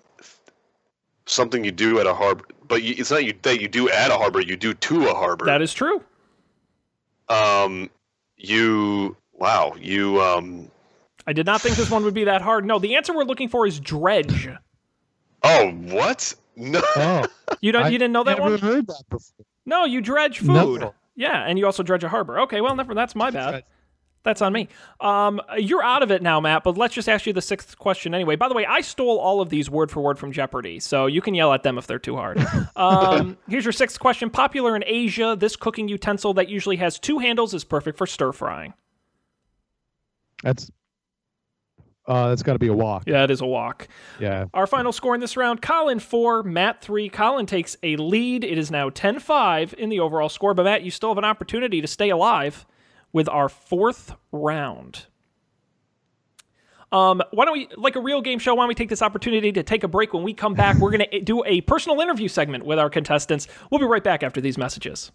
something you do at a harbor, but you, it's not you that you do at a harbor. You do to a harbor. That is true. um, you wow, you um, I did not think this one would be that hard. No, the answer we're looking for is dredge. oh what? No, Oh, You don't. I you didn't know that never one? heard that before. No, you dredge No. food. Yeah, and you also dredge a harbor. Okay, well, never. That's my bad. Dredge. That's on me. Um, you're out of it now, Matt. But let's just ask you the sixth question anyway. By the way, I stole all of these word for word from Jeopardy, so you can yell at them if they're too hard. Um, here's your sixth question. Popular in Asia, this cooking utensil that usually has two handles is perfect for stir frying. That's, uh, that's got to be a walk. Yeah, it is a wok. Yeah. Our final score in this round Colin 4, Matt 3. Colin takes a lead. It is now 10 5 in the overall score. But Matt, you still have an opportunity to stay alive with our fourth round. Um, why don't we, like a real game show, why don't we take this opportunity to take a break? When we come back, we're going to do a personal interview segment with our contestants. We'll be right back after these messages.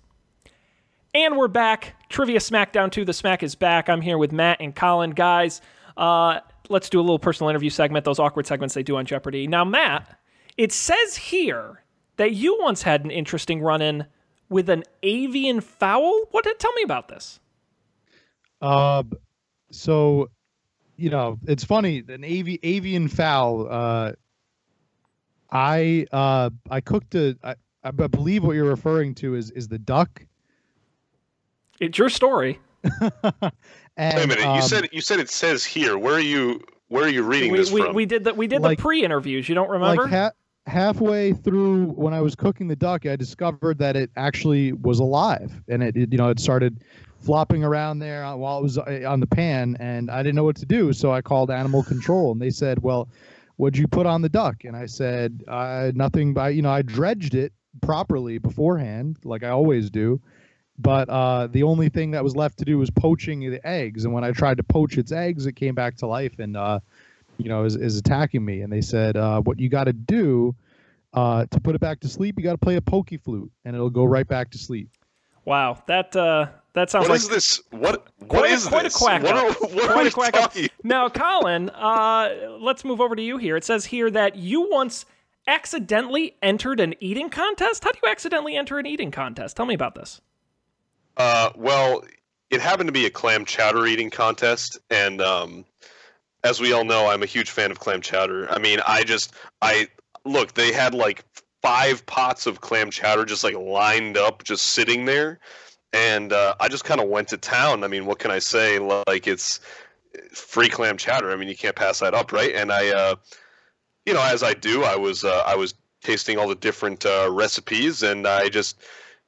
And we're back. Trivia Smackdown 2. The Smack is back. I'm here with Matt and Colin. Guys, uh, let's do a little personal interview segment, those awkward segments they do on Jeopardy. Now, Matt, it says here that you once had an interesting run in with an avian fowl. What? Tell me about this. Uh, b- so, you know, it's funny. An avi- avian fowl. Uh, I uh, I cooked a. I, I b- believe what you're referring to is is the duck. It's your story. And, wait a minute. um, you said you said it says here. Where are you? Where are you reading We, this we, from? we did the, we did Like- the pre interviews. You don't remember? like ha- halfway through when I was cooking the duck, I discovered that it actually was alive, and it, it you know it started flopping around there on- while it was uh, on the pan, and I didn't know what to do, so I called animal control, and they said, "Well, what'd you put on the duck?" And I said, uh, "Nothing, but you know I dredged it properly beforehand, like I always do." But uh, the only thing that was left to do was poaching the eggs, and when I tried to poach its eggs, it came back to life, and uh, you know, is, is attacking me. And they said, uh, what you got to do uh, to put it back to sleep, you got to play a pokey flute and it'll go right back to sleep. wow. That, uh, that sounds What like is this? What what Quite a- is quite a this? quack what are, up. what Quite are a we quack up. talking? Now, Colin, uh, let's move over to you here. It says here that you once accidentally entered an eating contest. How do you accidentally enter an eating contest? Tell me about this. Uh, well, it happened to be a clam chowder eating contest, and um, as we all know, I'm a huge fan of clam chowder. I mean, I just I look. They had like five pots of clam chowder just like lined up, just sitting there, and uh, I just kind of went to town. I mean, what can I say? Like it's free clam chowder. I mean, you can't pass that up, right? And I, uh, you know, as I do, I was uh, I was tasting all the different uh, recipes, and I just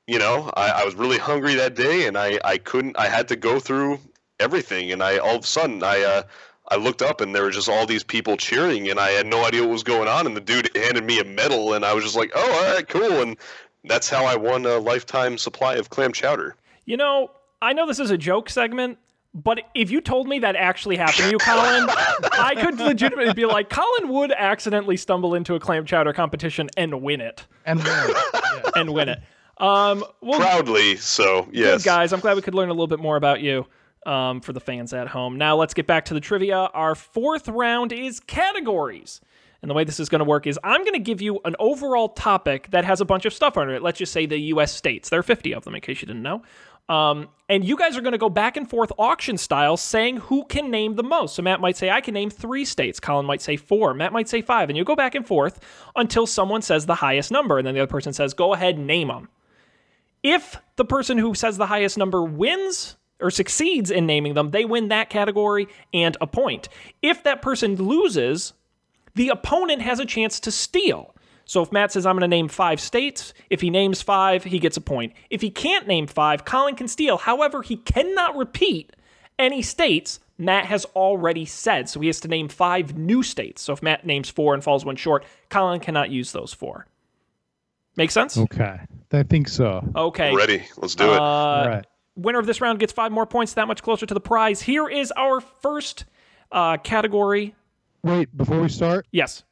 you know, I, I was really hungry that day, and I, I couldn't. I had to go through everything, and I all of a sudden I uh, I looked up, and there were just all these people cheering, and I had no idea what was going on. And the dude handed me a medal, and I was just like, "Oh, all right, cool." And that's how I won a lifetime supply of clam chowder. You know, I know this is a joke segment, but if you told me that actually happened to you, Colin, I could legitimately be like, Colin would accidentally stumble into a clam chowder competition and win it. And then- yeah. And win it. Um, well, Proudly, so good yes. guys. I'm glad we could learn a little bit more about you. um, for the fans at home. Now let's get back to the trivia. Our fourth round is categories. And the way this is going to work is I'm going to give you an overall topic that has a bunch of stuff under it. Let's just say the US states. There are 50 of them, in case you didn't know. Um, and you guys are going to go back and forth auction style saying who can name the most. So Matt might say, I can name three states. Colin might say four. Matt might say five. And you go back and forth until someone says the highest number. And then the other person says, go ahead, name them. If the person who says the highest number wins, or succeeds in naming them, they win that category and a point. If that person loses, the opponent has a chance to steal. So if Matt says, I'm going to name five states, if he names five, he gets a point. If he can't name five, Colin can steal. However, he cannot repeat any states Matt has already said. So he has to name five new states. So if Matt names four and falls one short, Colin cannot use those four. Make sense? Okay. I think so. Okay. Ready? Let's do it. Uh, All right. winner of this round gets five more points, that much closer to the prize. Here is our first uh, category. Wait, before we start, Yes.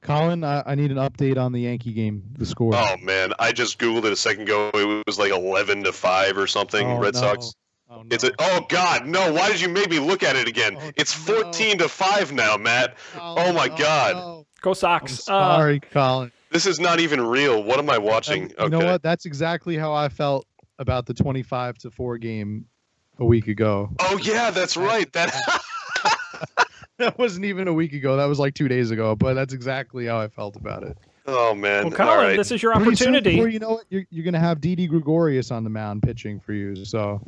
Colin, I, I need an update on the Yankee game, the score. Oh man, I just googled it a second ago. It was like eleven to five or something. Oh, Red no. Sox. Oh, no. It's a, oh god, no! Why did you make me look at it again? Oh, it's no. fourteen to five now, Matt. oh my God. no. Go I'm Sox. Uh, sorry, Colin. This is not even real. What am I watching? You know what? That's exactly how I felt about the 25 to 4 game a week ago. Oh yeah, that's right. That That wasn't even a week ago. That was like two days ago, but that's exactly how I felt about it. Oh man. well, Colin, All right. this is your Pretty soon, opportunity. before you know it, you're, you're going to have Didi Gregorius on the mound pitching for you. So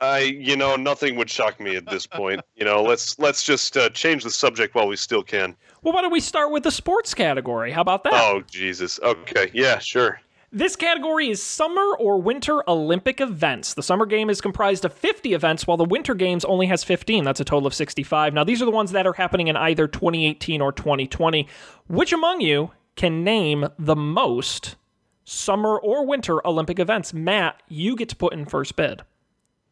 I you know nothing would shock me at this point. You know, let's let's just uh, change the subject while we still can. Well, why don't we start with the sports category? How about that? Oh Jesus. Okay. Yeah. Sure. This category is summer or winter Olympic events. The summer game is comprised of 50 events, while the winter games only has 15. That's a total of 65. Now, these are the ones that are happening in either 2018 or 2020. Which among you can name the most summer or winter Olympic events? Matt, you get to put in first bid.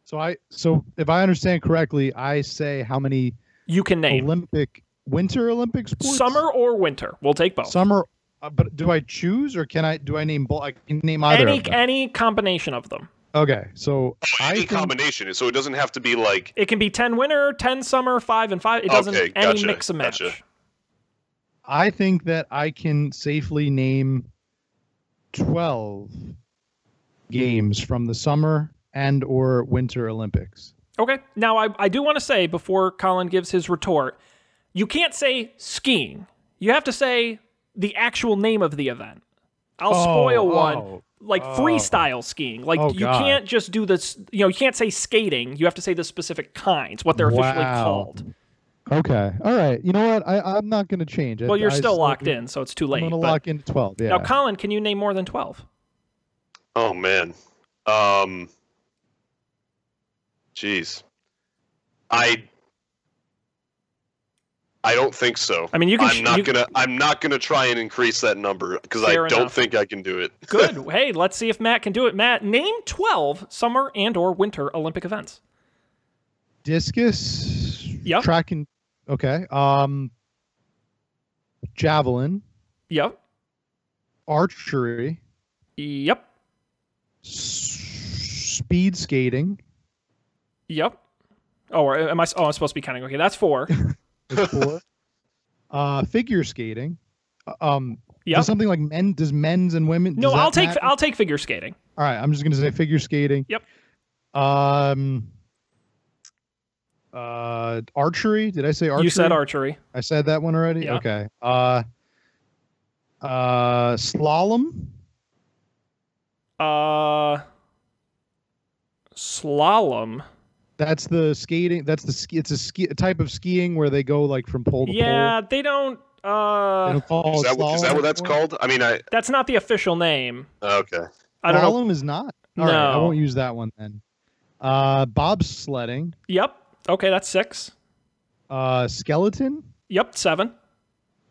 so I so if I understand correctly, I say how many You can name Olympic winter Olympic sports? summer or winter. We'll take both. Summer uh, but do I choose or can I do I name both? I can name either any of them. any combination of them. okay. So I Any think- combination. So it doesn't have to be like It can be 10 winter, 10 summer, 5 and 5. It doesn't Okay, any gotcha, mix and match. gotcha. I think that I can safely name 12 games from the summer and or winter Olympics. Okay. Now, I, I do want to say before Colin gives his retort, you can't say skiing. You have to say the actual name of the event. I'll Oh, spoil one oh, like oh. freestyle skiing. Like Oh, you God. can't just do this, you know, you can't say skating. You have to say the specific kinds, what they're officially Wow. called. Okay. All right. You know what? I, I'm not going to change it. Well, you're I still still- locked in, so it's too I'm late. going to but- lock into 12. Yeah. Now, Colin, can you name more than 12? Oh man. Um Jeez. I I don't think so. I mean, you can. sh- I'm not you- gonna I'm not gonna try and increase that number because I Fair don't enough. think I can do it. Good. Hey, let's see if Matt can do it. Matt, name 12 summer and or winter Olympic events. Discus. Yep. Track and okay. Um javelin, Yep. archery, Yep. s- speed skating. Yep. Oh, or am I? Oh, I'm supposed to be counting. Okay, that's four. is four. uh figure skating. Uh, Um Yep. Does something like men? Does men's and women? No, does that I'll take matter? I'll take figure skating. All right, I'm just gonna say figure skating. Yep. Um. Uh, archery. Did I say archery? You said archery. I said that one already. Yeah. Okay. Uh. Uh, slalom. Uh, slalom. That's the skating. That's the ski. It's a ski a type of skiing where they go like from pole to Yeah, they don't. pole. They Uh, don't call Is it that, what- is slalom that what that's anymore. called? I mean I uh, that's not the official name. okay. I don't know. Slalom is not. All right, I No. won't use that one then. Uh, bobsledding. Yep. Okay, that's six. Uh, skeleton. Yep, seven.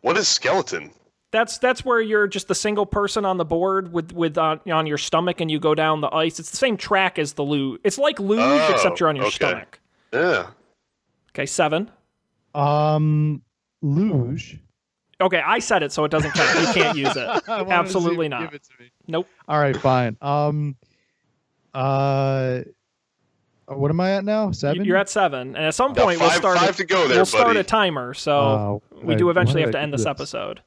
What is skeleton? That's that's where you're just the single person on the board with with on, on your stomach and you go down the ice. It's the same track as the luge. It's like luge Oh, except you're on your okay. stomach. Yeah. Okay, seven. Um, luge. Okay, I said it, so it doesn't count. You can't use it. I wanted to see Absolutely if you not. give it to me. Nope. All right, fine. Um, uh, Uh, What am I at now? You- Seven. You're at seven, and at some Got point five, we'll start. five a, to go there, we'll start buddy. a timer, so Oh, we I- do why eventually did have to I end do this this? episode.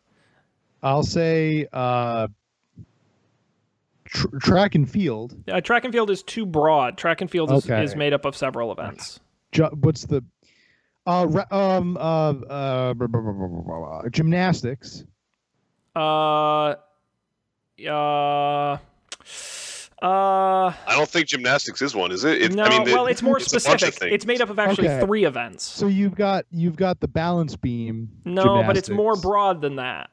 I'll say uh, tr- track and field. Uh, track and field is too broad. Track and field is, Okay. is made up of several events. Ju- what's the uh, ra- um uh, uh blah, blah, blah, blah, blah, blah, blah. gymnastics? Uh, uh, uh. I don't think gymnastics is one, is it? It- no, I mean, the- well, it's more a bunch of specific. things. It's made up of actually Okay. three events. So you've got you've got the balance beam. No, but it's more gymnastics. broad than that.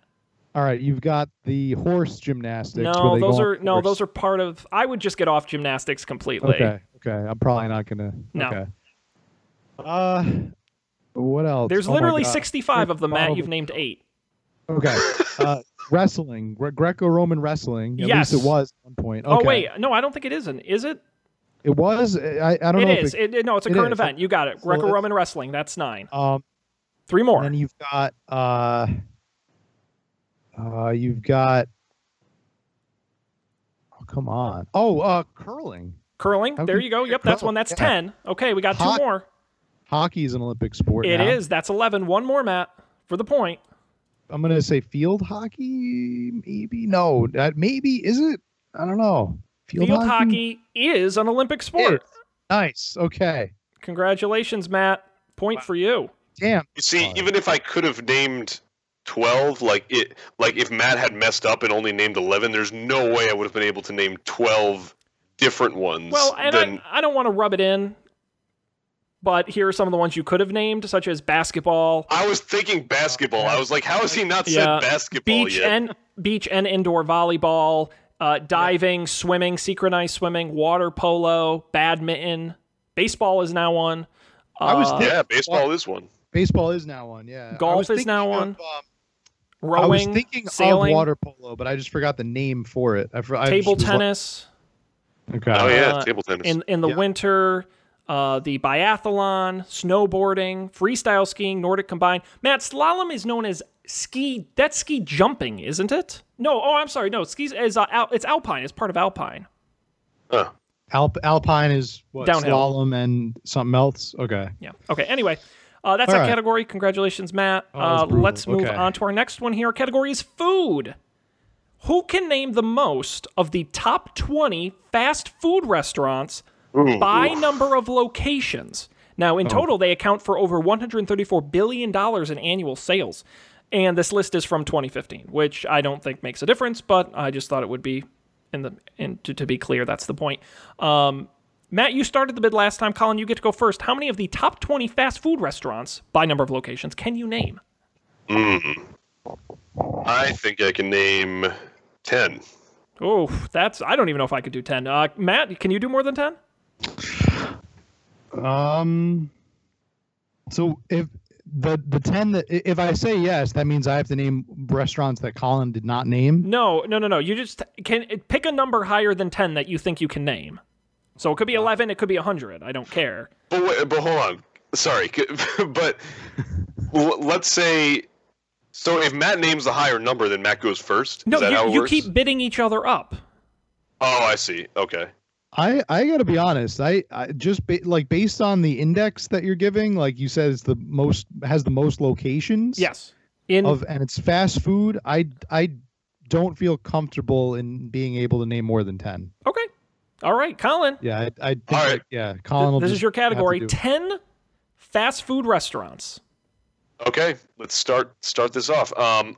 All right, you've got the horse gymnastics. No, those are no, those are part of. I would just get off gymnastics completely. Okay, okay. I'm probably not gonna. No. Okay. Uh, what else? There's Oh my literally God. 65 of them, Matt. You've Probably- named eight. Okay. Uh, wrestling, Gre- Greco-Roman wrestling. At Yes. least it was at one point. Oh Okay. wait, no, I don't think it isn't. Is it? it was. I, I don't It know. is. If it, It, it- no, it's a it current is. event. You got it. So it's- Greco-Roman wrestling. That's nine. um, Three and more. then you've got uh, uh, you've got. Oh come on! Oh, uh, curling. Curling. How There can you go. you Yep, curl? that's one. That's Yeah. ten. Okay, we got two Hot more. Hockey is an Olympic sport. It now. is. That's eleven. One more, Matt, for the point. I'm gonna say field hockey, maybe. No, that maybe is it. I don't know. Field, hockey is an Olympic sport. Nice. Okay. Congratulations, Matt. Point for you. Damn. You see, Uh, even if I could have named twelve, like it, like if Matt had messed up and only named eleven, there's no way I would have been able to name twelve different ones. Well, and than, I, I don't want to rub it in, but here are some of the ones you could have named, such as basketball, I, was thinking basketball. I was like, how has he not said Yeah. basketball beach yet? and beach and indoor volleyball, uh, diving, swimming, synchronized swimming, water polo, badminton, baseball is now one. Uh, I was thinking- yeah, baseball is one. Baseball is now one. Yeah. I Golf was is thinking now of, one. um, rowing, I was thinking sailing, of water polo, but I just forgot the name for it. I, for- I table just was like- tennis okay. Oh yeah, Uh, table tennis. in in the Yeah. winter. Uh, the biathlon, snowboarding, freestyle skiing, Nordic combined. Matt, slalom is known as ski. That's ski jumping, isn't it? No. Oh, I'm sorry. No, skis is uh, al- it's alpine. It's part of alpine. Huh. Alp- Alpine is what? Downhill. Slalom and something else. Okay. Yeah. Okay. Anyway, uh, that's All our right. category. Congratulations, Matt. Oh, that was uh, brutal. let's move Okay. on to our next one here. Our category is food. Who can name the most of the top 20 fast food restaurants by number of locations? Now, in total, they account for over $134 billion in annual sales. And this list is from 2015, which I don't think makes a difference, but I just thought it would be, in the, in, to, to be clear, that's the point. Um, Matt, you started the bid last time. Colin, you get to go first. How many of the top 20 fast food restaurants by number of locations can you name? I think I can name ten. Oh, that's I don't even know if I could do 10. Uh, Matt, can you do more than 10? Um. So if the the ten that i- if I say yes, that means I have to name restaurants that Colin did not name. No, no, no, no. You just can pick a number higher than 10 that you think you can name. So it could be 11, it could be 100. I don't care. But wait, but hold on. Sorry, c- but l- let's say. So if Matt names the higher number, then Matt goes first. No, is that how you, it you works? keep bidding each other up. Oh, I see. Okay. I I gotta be honest. I, I just ba- like based on the index that you're giving, like you said, it's the most has the most locations. Yes. In Of and it's fast food. I I don't feel comfortable in being able to name more than ten. Okay. All right, Colin. Yeah, I, I think. All right. Yeah, Colin. will this just is your have to category. do it. 10 fast food restaurants. Okay. Let's start start this off. Um,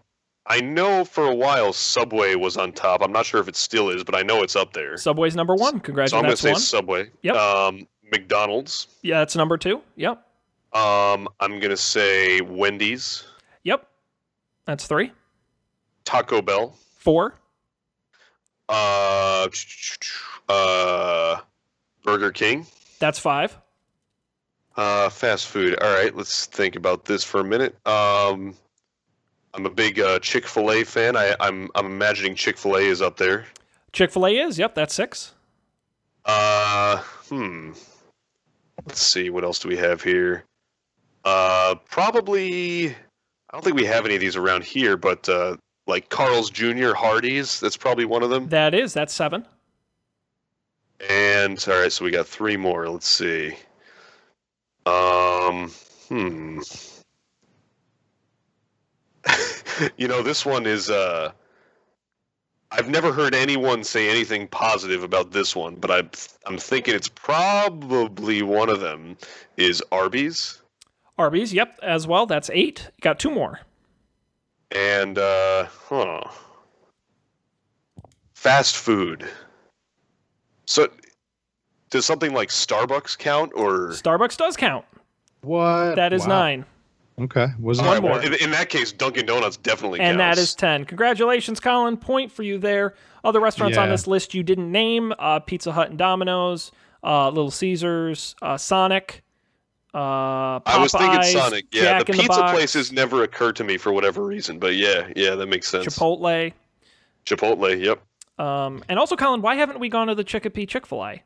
I know for a while Subway was on top. I'm not sure if it still is, but I know it's up there. Subway's number 1. Congratulations. so I'm gonna that's say one. Subway. Yep. Um, McDonald's. Yeah, that's number two. Yep. Um, I'm gonna say Wendy's, Yep. That's three. Taco Bell. Four. Uh, uh, Burger King. That's five. Uh, fast food. All right, let's think about this for a minute. Um, I'm a big uh, Chick Fil A fan. I, I'm I'm imagining Chick Fil A is up there. Chick fil A is. Yep, that's six. Uh, hmm. Let's see. What else do we have here? Uh, probably. I don't think we have any of these around here, but uh, like Carl's Jr. Hardee's. That's probably one of them. That is. That's seven. And all right, so we got three more. Let's see. Um, hmm. you know, this one is. Uh, I've never heard anyone say anything positive about this one, but I'm I'm thinking it's probably one of them is Arby's Arby's, yep, as well. That's eight. You got two more. and uh, huh, fast food. So, does something like Starbucks count or? Starbucks does count. What? That is Wow. nine. Okay. Was One All right, it? more. well, in, in that case, Dunkin' Donuts definitely And that counts. is 10. Congratulations, Colin. Point for you there. Other restaurants on Yeah. this list you didn't name uh, Pizza Hut and Domino's, uh, Little Caesars, uh, Sonic, uh, Popeyes, I was thinking Sonic. Yeah, Jack the in pizza the box, places never occur to me for whatever reason, but yeah, yeah, that makes sense. Chipotle. Chipotle, yep. Um, and also, Colin, why haven't we gone to the Chicopee Chick fil A?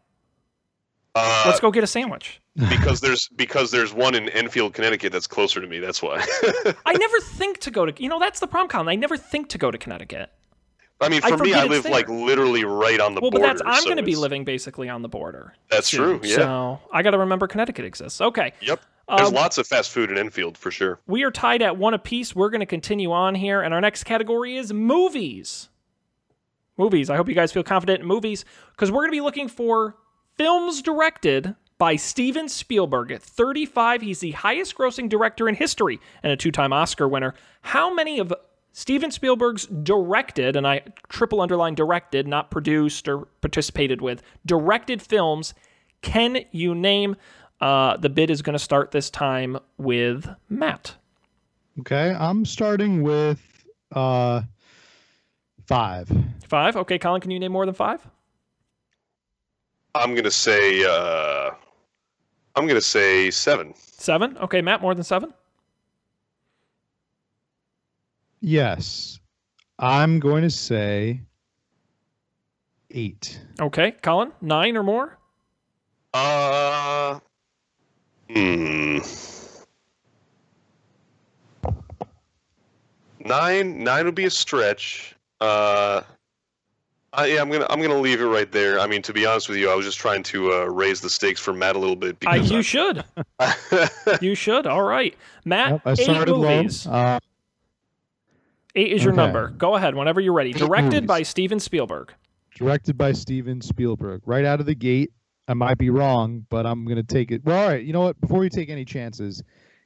Uh, Let's go get a sandwich. because there's because there's one in Enfield, Connecticut that's closer to me. That's why. I never think to go to, you know, that's the problem, Colin. I never think to go to Connecticut. I mean, I for me, forget I it's live there. like literally right on the Well, border. but that's, I'm so going to be it's- living basically on the border. That's soon, true. Yeah. So I got to remember Connecticut exists. Okay. Yep. There's Um, lots of fast food in Enfield for sure. we are tied at one apiece. We're going to continue on here, and our next category is movies. Movies. I hope you guys feel confident in movies because we're going to be looking for films directed by Steven Spielberg. At 35, he's the highest grossing director in history and a two time Oscar winner. How many of Steven Spielberg's directed, and I triple underline directed, not produced or participated with, directed films can you name? Uh, the bid is going to start this time with Matt. Okay. I'm starting with uh five. Five. Okay, Colin, can you name more than five? I'm gonna say. Uh, I'm gonna say seven. Seven. Okay, Matt, more than seven. Yes. I'm going to say eight. Okay, Colin, nine or more. Uh. Hmm. Nine. Nine would be a stretch. Uh. I, yeah, I'm gonna I'm gonna leave it right there. I mean, to be honest with you, I was just trying to uh, raise the stakes for Matt a little bit I, because you I- should. You should. All right, Matt. Yep, I eight started low. movies. Uh, Eight is your Okay. number. Go ahead whenever you're ready. Eight Directed movies. by Steven Spielberg. directed by Steven Spielberg. Right out of the gate, I might be wrong, but I'm going to take it. Well, all right. You know what? Before you take any chances,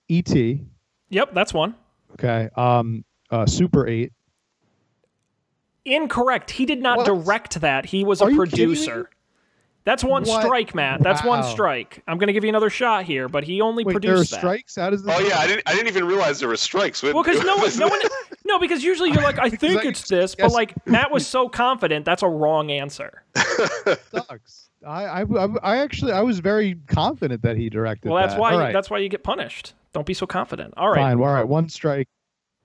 E.T. Yep, that's one. Okay. Um, uh, Super Eight. Incorrect. He did not What? direct that. He was Are a you kidding me? producer. That's one What? strike, Matt. That's one Wow. strike. I'm going to give you another shot here, but he only Wait, there are produced that. strikes. How does this? oh yeah, I didn't I didn't even realize there were strikes. Well, because no one, no one, no, because usually you're like, I think I it's this, but guess- like Matt was so confident, that's a wrong answer. sucks. I, I, I- I actually I was very confident that he directed. Well, that's that. why All right, that's why you get punished. Don't be so confident. All right, fine. All right, one strike.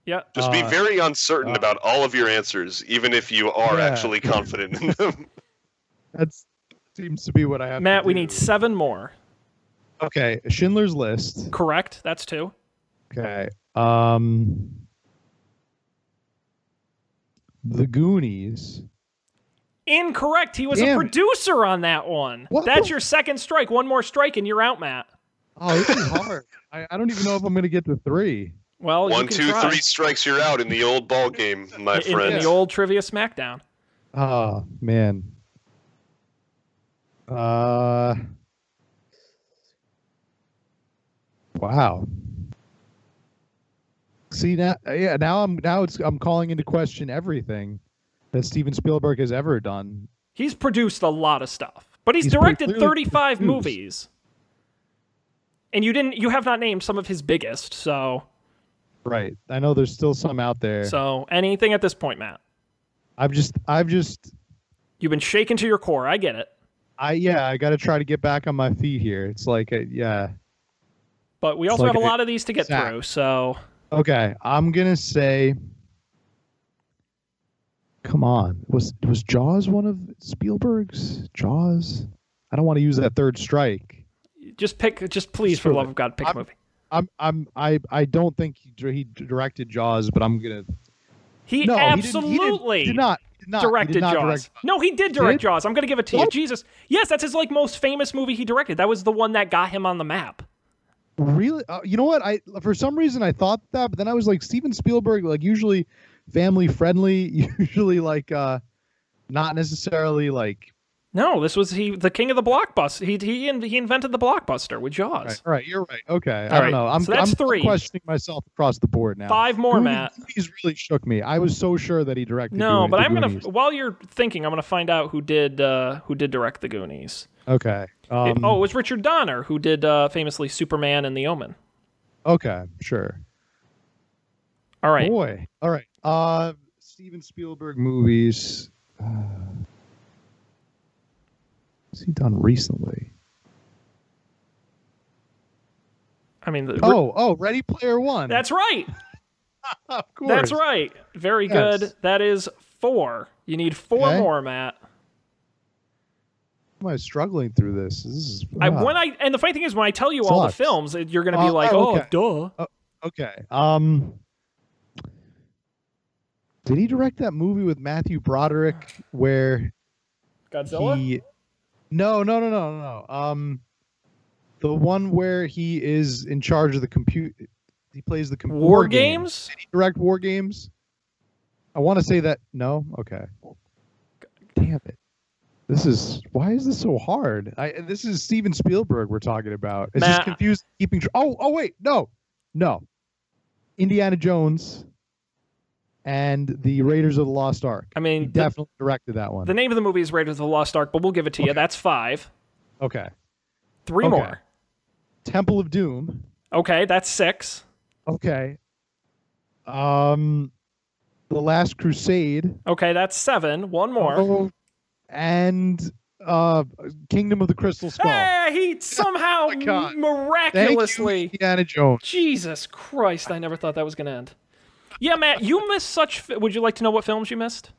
yeah, Just be Uh, very uncertain uh, about all of your answers, even if you are Yeah. actually confident in them. Oh, That's seems to be what I have. to Matt, we do. need seven more. Okay, Schindler's List. Correct. That's two. Okay. Um. The Goonies. Incorrect. He was a Damn. producer on that one. What That's the- your second strike. One more strike, and you're out, Matt. Oh, this is hard. I, I don't even know if I'm going to get to three. Well, you One, can two, try. three strikes, you're out in the old ball game, my In- in, friend. the old trivia smackdown. Oh, man. Uh, wow. See now, yeah. Now I'm now it's I'm calling into question everything that Steven Spielberg has ever done. He's produced a lot of stuff, but he's, He's directed clearly 35 produced. movies. And you didn't. You have not named some of his biggest. So, Right. I know there's still some out there. so anything at this point, Matt? I've just I've just You've been shaken to your core. I get it. I yeah. I got to try to get back on my feet here. It's like uh, yeah. But we It's also like have a a- lot of these to get Zach. through. So, Okay, I'm gonna say. Come on, was was Jaws one of Spielberg's Jaws? I don't want to use that third strike. just pick. Just please, for the Screw love it. of God, pick a I'm- movie. I'm I'm I I don't think he, dir- he directed Jaws, but I'm gonna He no. he didn't- absolutely he didn't, did not. did not. He did directed not Jaws. direct- No, he did direct Did? Oh. Jaws. I'm gonna give it to you. What? Jesus. Yes, that's his like most famous movie he directed. That was the one that got him on the map. Really? Uh, you know what? I for some reason I thought that, but then I was like Steven Spielberg, like usually family friendly, usually like uh not necessarily like. No, this was he the king of the blockbuster. He he in- he invented the blockbuster with Jaws. All right, all right, you're right. Okay, I All don't right, know. I'm, so that's I'm three. questioning myself across the board now. Five more, Goonies- Matt. Goonies really shook me. I was so sure that he directed. No, Goonies- but the I'm gonna Goonies. while you're thinking, I'm gonna find out who did uh, who did direct the Goonies. Okay. It- Um, oh, it was Richard Donner who did uh, famously Superman and The Omen. Okay. Sure. All right, Boy. All right. Uh, Steven Spielberg movies. Uh, what's he done recently? I mean, the, Oh, oh, Ready Player One. that's right, of course. that's right, very Yes. good. That is four. You need four Okay. more, Matt. Am I struggling through this? This is. I wow. when I and the funny thing is when I tell you all the Sucks. films, it- you're gonna be Oh, like, oh, oh, okay. duh. Okay. Um. Did he direct that movie with Matthew Broderick where Godzilla. he? No, no, no, no, no, no. Um, the one where he is in charge of the compute. He plays the com- War, games? direct war games. I want to say that no. Okay. Damn it. This is why is this so hard? I this is Steven Spielberg we're talking about. It's Matt. just confused keeping. Tra- oh, oh wait, no, no. Indiana Jones and the Raiders of the Lost Ark. I He mean, the, definitely directed that one. the name of the movie is Raiders of the Lost Ark, but we'll give it to you. That's five. okay. Three Okay. more. Temple of Doom. Okay, that's six. Okay. Um, The Last Crusade. Okay, that's seven. One more. Oh, and uh, Kingdom of the Crystal Skull. Hey, Ah, he somehow Oh my God. Thank you, miraculously. Indiana Jones. Jesus Christ, I never thought that was going to end. Yeah, Matt, you missed such. fi- Would you like to know what films you missed?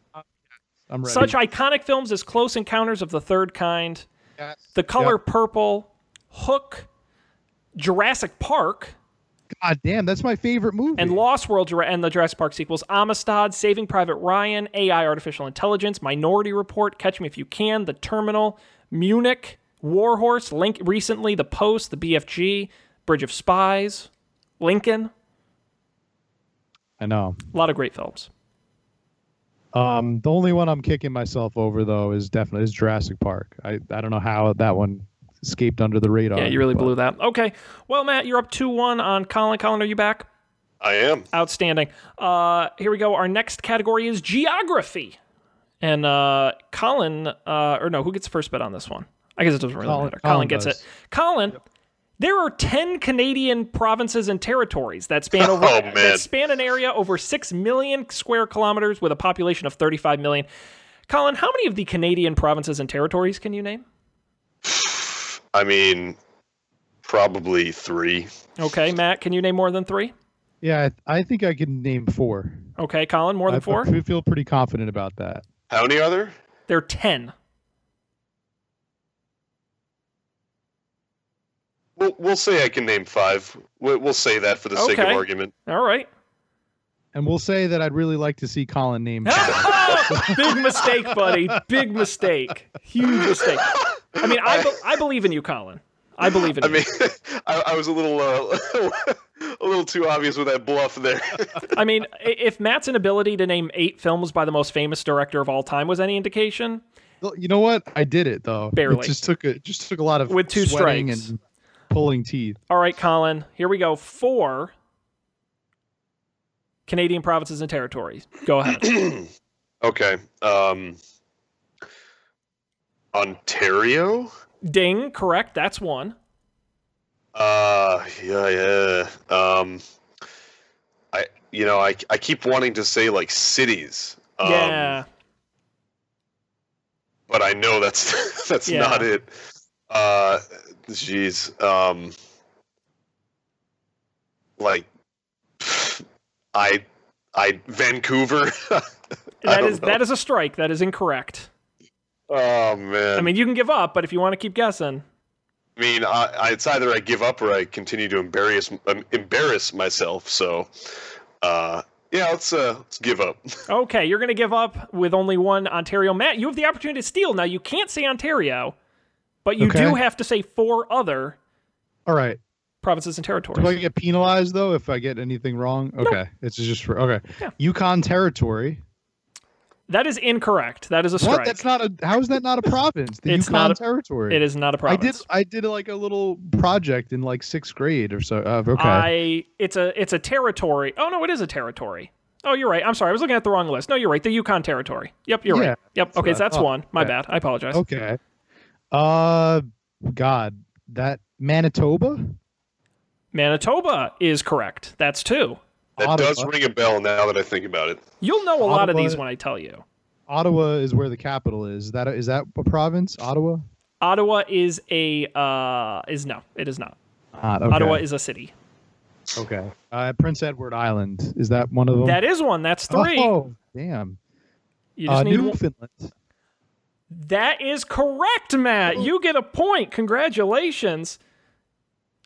I'm ready. Such iconic films as Close Encounters of the Third Kind, The Color Purple, Hook, Jurassic Park, God damn, that's my favorite movie. and Lost World Jura- and the Jurassic Park sequels Amistad, Saving Private Ryan, AI Artificial Intelligence, Minority Report, Catch Me If You Can, The Terminal, Munich, Warhorse, Link recently, The Post, The BFG, Bridge of Spies, Lincoln. I know. A lot of great films. Um, the only one I'm kicking myself over though is definitely is Jurassic Park. I, I don't know how that one escaped under the radar. Yeah, you really but- blew that. Okay. Well, Matt, you're up 2 1 on Colin. Colin, are you back? I am. Outstanding. Uh, here we go. Our next category is geography. And uh, Colin, uh, or no, who gets first bet on this one? I guess it doesn't really Colin- matter. Colin, Colin gets does. it. Colin, there are 10 Canadian provinces and territories that span over Oh, man. that span an area over 6 million square kilometers with a population of 35 million. Colin, how many of the Canadian provinces and territories can you name? I mean, probably three. Okay, Matt, can you name more than 3? Yeah, I, I think I can name four. Okay, Colin, more I, than 4? I feel pretty confident about that. How many are there? There are 10. We'll, we'll say I can name five. We'll, we'll say that for the sake of Okay. argument. All right. And we'll say that I'd really like to see Colin named. Big mistake, buddy. Big mistake. Huge mistake. I mean, I, be- I believe in you, Colin. I believe in I you. mean, I, I was a little, uh, a little too obvious with that bluff there. I mean, i- if Matt's inability to name eight films by the most famous director of all time was any indication, Well, You know what? I did it though. Barely. It just took a it just took a lot of With two sweating strikes. and pulling teeth. all right, Colin, here we go. Four Canadian provinces and territories. Go ahead. okay. Um, Ontario. Ding, correct. That's one. Uh, yeah, yeah. Um, I, you know, I, I keep wanting to say like cities. Um, yeah. But I know that's that's Yeah. not it. Uh, jeez. Um, like, I, I Vancouver. I That don't is know. that is a strike. That is incorrect. oh man. I mean, you can give up, but if you want to keep guessing, I mean, I, I, it's either I give up or I continue to embarrass um, embarrass myself. So, uh, Yeah, let's uh, let's give up. Okay, you're going to give up with only one Ontario. Matt, you have the opportunity to steal. Now, you can't say Ontario, but you Okay. do have to say four other All right. provinces and Do I territories. get penalized though if I get anything wrong? Okay, it's just for okay. Yeah. Yukon territory. That is incorrect. That is a What? strike. That's not a. How is that not a province? The It's Yukon not a- territory. it is not a I province. did. I did like a little project in like sixth grade or so. Uh, okay. I it's a it's a territory. Oh no, it is a territory. Oh, you're right. I'm sorry. I was looking at the wrong list. No, you're right. The Yukon Territory. Yep, you're Yeah, right. Yep. what Okay, I so that's thought. one. My Okay. bad. I apologize. okay. Uh, God, that Manitoba. Manitoba is correct. That's two. That does Ottawa. ring a bell now that I think about it. You'll know a lot of Ottawa- these when I tell you. Ottawa is where the capital is. Is That is that a province? Ottawa. Ottawa is a uh is no, it is not. Not, okay. Ottawa is a city. okay. Uh, Prince Edward Island is that one of them? That is one. That's three. Oh, damn. You just Uh, need one. Newfoundland. That is correct, Matt. You get a point. Congratulations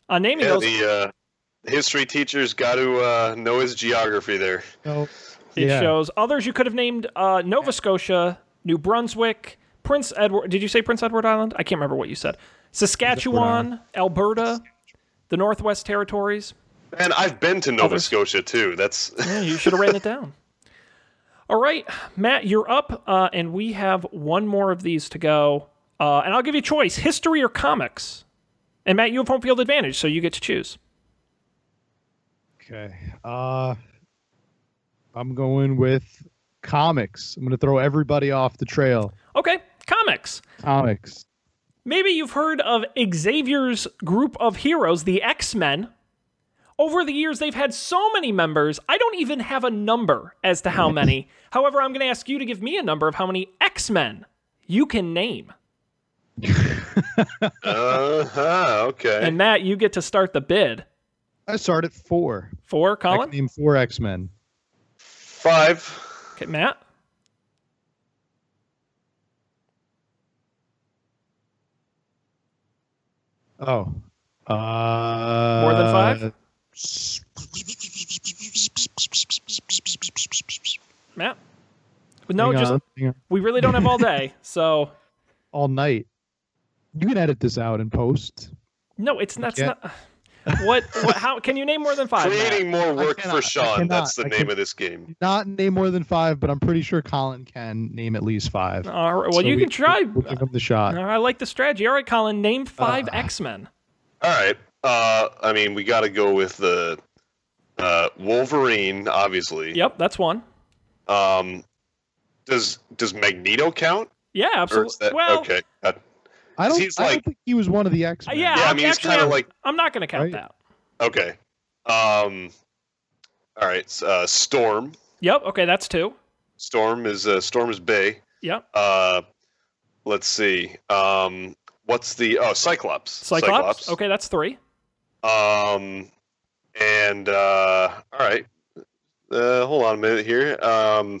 on naming Yeah, those. the uh, history teacher's got to uh, know his geography there. No. It yeah. shows others you could have named uh, Nova Scotia, New Brunswick, Prince Edward. Did you say Prince Edward Island? I can't remember what you said. Saskatchewan, Alberta, the Northwest Territories. And I've been to Nova Others. Scotia too. That's Yeah, you should have written it down. All right, Matt, you're up, uh, and we have one more of these to go. Uh, and I'll give you a choice: history or comics. And Matt, you have home field advantage, so you get to choose. Okay. Uh, I'm going with comics. I'm going to throw everybody off the trail. Okay, comics. Comics. Maybe you've heard of Xavier's group of heroes, the X Men. Over the years, they've had so many members. I don't even have a number as to how many. However, I'm going to ask you to give me a number of how many X Men you can name. uh-huh, okay. And Matt, you get to start the bid. I start at four. Four, I can Colin? name four X Men. Five. Okay, Matt? Oh. Uh, More than five? Matt? No, hang just on, hang on. we really don't have all day. So, all night. You can edit this out and post. no, it's that's Yeah. not. What, what? How can you name more than five? Matt? Creating more work cannot, I for Sean. cannot, That's the I name can- of this game. Not name more than five, but I'm pretty sure Colin can name at least five. All right. Well, So you we- can try. We'll give him the shot. I like the strategy. All right, Colin, name five Uh, X Men. All right. Uh, I mean, we got to go with the uh, Wolverine, obviously. Yep, that's one. Um, does does Magneto count? Yeah, Or is absolutely. that, Well, okay. God. I don't. He's I like- don't think he was one of the X Men. yeah, Yeah, I I'm- mean, he's actually, kind of I'm- like I'm not going to count Right. that. okay. Um, all right. s- Uh, Storm. Yep. Okay, that's two. Storm is uh, Storm is Bay. Yep. Uh, let's see. Um, what's the oh Cyclops? Cyclops. Okay, that's three. Um, and uh, all right. Uh, hold on a minute here. Um,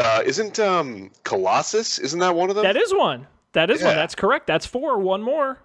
uh, isn't um Colossus? Isn't that one of them? That is one. That is one. Yeah. That's correct. That's four. One more.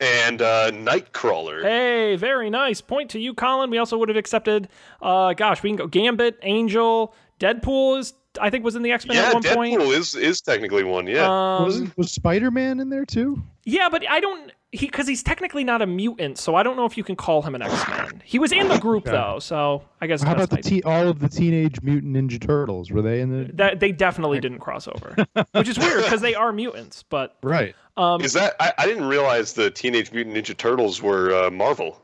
and uh, Nightcrawler. Hey, very nice. Point to you, Colin. We also would have accepted. Uh, gosh, we can go Gambit, Angel, Deadpool is I think was in the X Men yeah, at one Deadpool point. is is technically one. Yeah. Um, was was Spider Man in there too? Yeah, but I don't he because he's technically not a mutant, so I don't know if you can call him an X Man. He was in the group Okay. though, so I guess How that's about the nice. te- all of the Teenage Mutant Ninja Turtles? Were they in the that they definitely didn't cross over, which is weird because they are mutants. But right? um, is that I, I didn't realize the Teenage Mutant Ninja Turtles were uh, Marvel.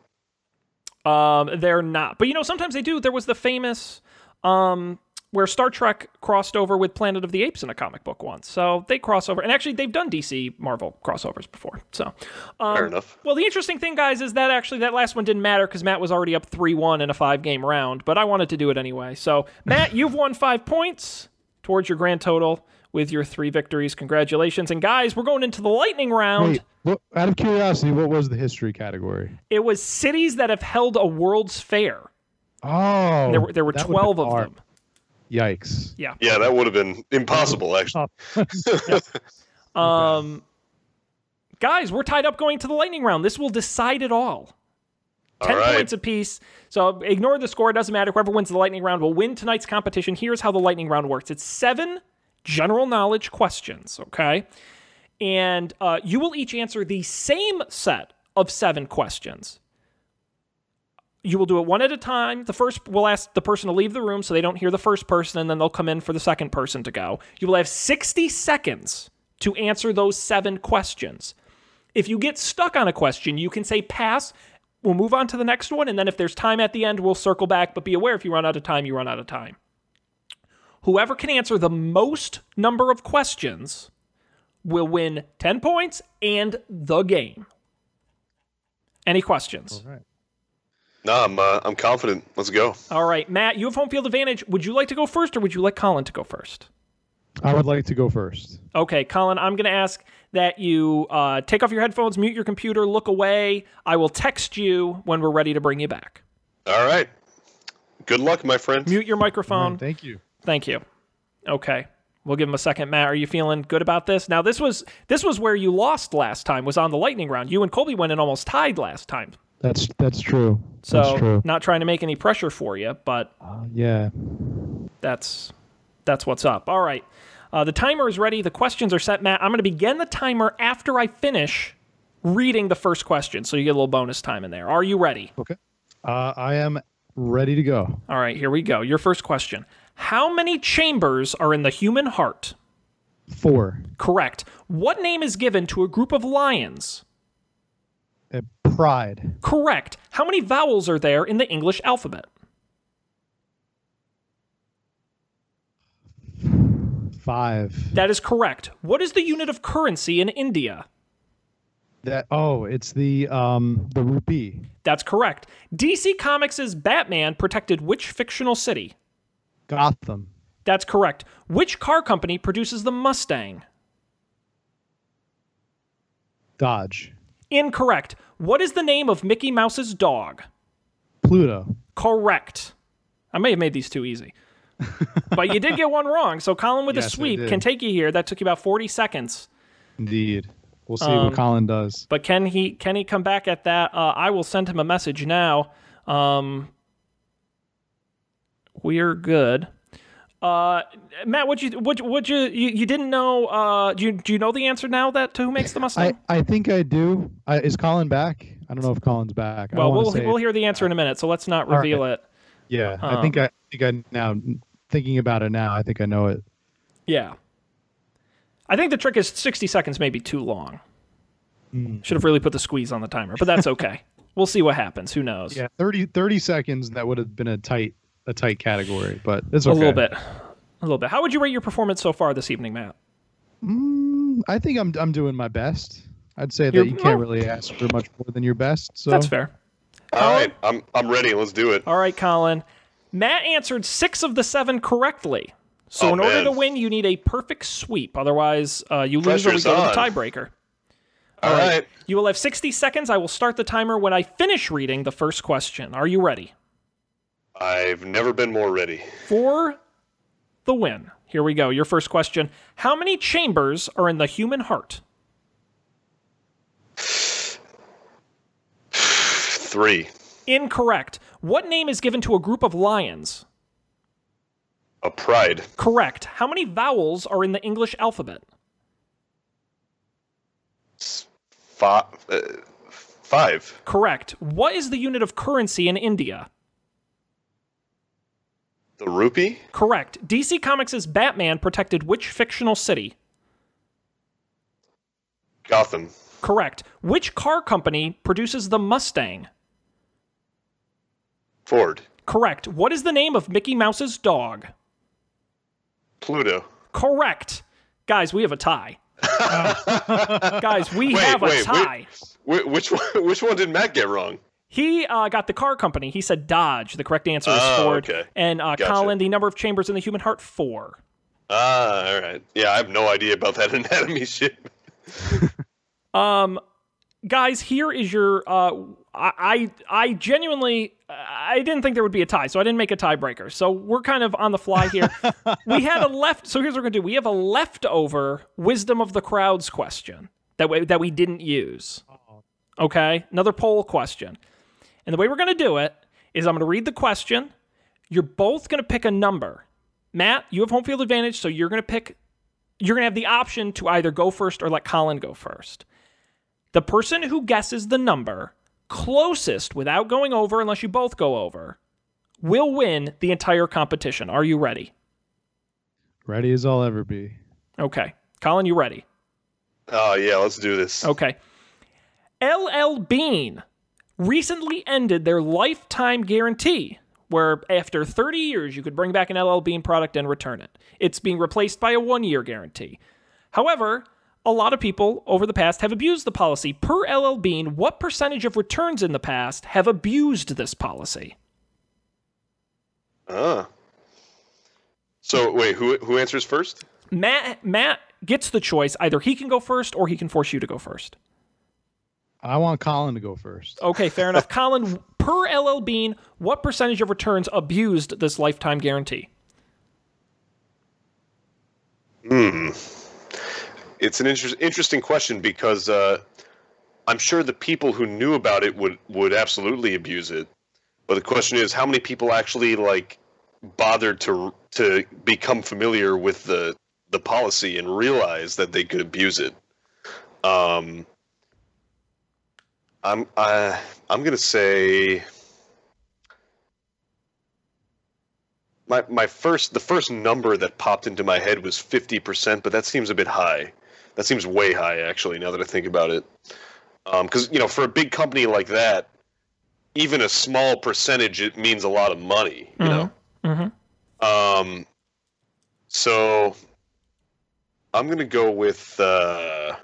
um, they're not. But you know, sometimes they do. There was the famous um, where Star Trek crossed over with Planet of the Apes in a comic book once, so they cross over. And actually, they've done DC Marvel crossovers before. So um, Fair enough. Well, the interesting thing, guys, is that actually that last one didn't matter because Matt was already up 3 1 in a five game round, but I wanted to do it anyway. So, Matt, you've won five points towards your grand total with your three victories. Congratulations. And, guys, we're going into the lightning round. Wait, what, out of curiosity, what was the history category? It was cities that have held a World's Fair. Oh, There were, there were that would've 12 been of hard. them. Yikes! Yeah. Yeah, that would have been impossible uh, actually. Oh. Um, guys, we're tied up going to the lightning round. This will decide it all. 10 right. points apiece. So ignore the score. It doesn't matter. Whoever wins the lightning round will win tonight's competition. Here's how the lightning round works it's seven general knowledge questions, okay? And uh, you will each answer the same set of seven questions. You will do it one at a time. The first will ask the person to leave the room so they don't hear the first person, and then they'll come in for the second person to go. You will have 60 seconds to answer those seven questions. If you get stuck on a question, you can say pass. We'll move on to the next one. And then if there's time at the end, we'll circle back. But be aware if you run out of time, you run out of time. Whoever can answer the most number of questions will win 10 points and the game. Any questions? All right. No, I'm uh, I'm confident. Let's go. All right, Matt, you have home field advantage. Would you like to go first or would you like Colin to go first? I would like to go first. Okay, Colin, I'm going to ask that you uh, take off your headphones, mute your computer, look away. I will text you when we're ready to bring you back. All right. Good luck, my friend. Mute your All right, microphone. thank you. Thank you. Okay. We'll give him a second. Matt, are you feeling good about this? Now this was this was where you lost last time was on the lightning round. You and Colby went and almost tied last time. That's that's true. that's So true. not trying to make any pressure for you, but Uh, yeah. that's that's what's up. All right. Uh, the timer is ready. The questions are set, Matt. I'm going to begin the timer after I finish reading the first question, so you get a little bonus time in there. Are you ready? Uh, I am ready to go. All right, here we go. Your first question: How many chambers are in the human heart? Four. Correct. What name is given to a group of lions? Uh, pride. Correct. How many vowels are there in the English alphabet? Five. That is correct. What is the unit of currency in India? That oh, it's the um the rupee. That's correct. DC Comics' Batman protected which fictional city? Gotham. That's correct. Which car company produces the Mustang? Dodge. Incorrect. What is the name of Mickey Mouse's dog? Pluto. Correct. I may have made these too easy. but you did get one wrong, so Colin with a Yes, I sweep did. can take you here. That took you about 40 seconds. Indeed. We'll see what Colin does. But can he can he come back at that? Uh, I will send him a message now. Um, we're good. Uh, Matt, what you what what you, you you didn't know? Uh, do you do you know the answer now that to who makes the Mustang? I, I think I do. I, is Colin back? I don't know if Colin's back. I well, wanna we'll say- we'll hear the answer in a minute, so let's not All right. reveal it. Yeah, I um, think I, I think I now thinking about it now. I think I know it. Yeah. I think the trick is 60 seconds may be too long. Hmm. Should have really put the squeeze on the timer, but that's okay. we'll see what happens. Who knows? Yeah, 30, 30 seconds. That would have been a tight a tight category, but it's A okay. little bit. A little bit. How would you rate your performance so far this evening, Matt? Mm, I think I'm I'm doing my best. I'd say that You're- you can't really ask for much more than your best. So That's fair. All right. I'm I'm ready. Let's do it. All right, Colin. Matt answered six of the seven correctly. So Oh, in order man. to win, you need a perfect sweep. Otherwise, uh, you lose or we Pressure's go to the on. tiebreaker. All right. You will have 60 seconds. I will start the timer when I finish reading the first question. Are you ready? I've never been more ready. for the win. Here we go. Your first question How many chambers are in the human heart? Three. Incorrect. What name is given to a group of lions? A pride. Correct. How many vowels are in the English alphabet? Five. Uh, five. Correct. What is the unit of currency in India? The rupee. Correct. DC Comics' Batman protected which fictional city? Gotham. Correct. Which car company produces the Mustang? Ford. Correct. What is the name of Mickey Mouse's dog? Pluto. Correct. Guys, we have a tie. Guys, we Wait, have a wait, wait. tie. Wh- which one, which one did Matt get wrong? He uh, got the car company. He said Dodge. The correct answer is Oh, Ford. okay. And uh, Gotcha. Colin, the number of chambers in the human heart, four. Ah, all right. Yeah, I have no idea about that anatomy shit. Um, guys, here is your. Uh, I, I I genuinely I didn't think there would be a tie, so I didn't make a tiebreaker. So we're kind of on the fly here. we had a left. So here's what we're gonna do. We have a leftover wisdom of the crowds question that we, that we didn't use. Okay, another poll question. And the way we're going to do it is I'm going to read the question. You're both going to pick a number. Matt, you have home field advantage, so you're going to pick, you're going to have the option to either go first or let Colin go first. The person who guesses the number closest without going over, unless you both go over, will win the entire competition. Are you ready? Ready as I'll ever be. Okay. Colin, you ready? Oh yeah, let's do this. Okay. LL Bean recently ended their lifetime guarantee, where after 30 years you could bring back an LL Bean product and return it. It's being replaced by a one year guarantee. However, a lot of people over the past have abused the policy. Per LL Bean, what percentage of returns in the past have abused this policy? Ah. So wait, who who answers first? Matt Matt gets the choice. Either he can go first or he can force you to go first. I want Colin to go first. Okay, fair enough. Colin, per LL Bean, what percentage of returns abused this lifetime guarantee? It's an inter- interesting question because uh, I'm sure the people who knew about it would would absolutely abuse it. But the question is, how many people actually like bothered to to become familiar with the the policy and realize that they could abuse it? Um, I'm uh, I'm gonna say my my first the first number that popped into my head was fifty percent, but that seems a bit high. That seems way high actually. Now that I think about it, because you know for a big company like that, even a small percentage it means a lot of money. You know. Mm-hmm. Um, so I'm gonna go with uh,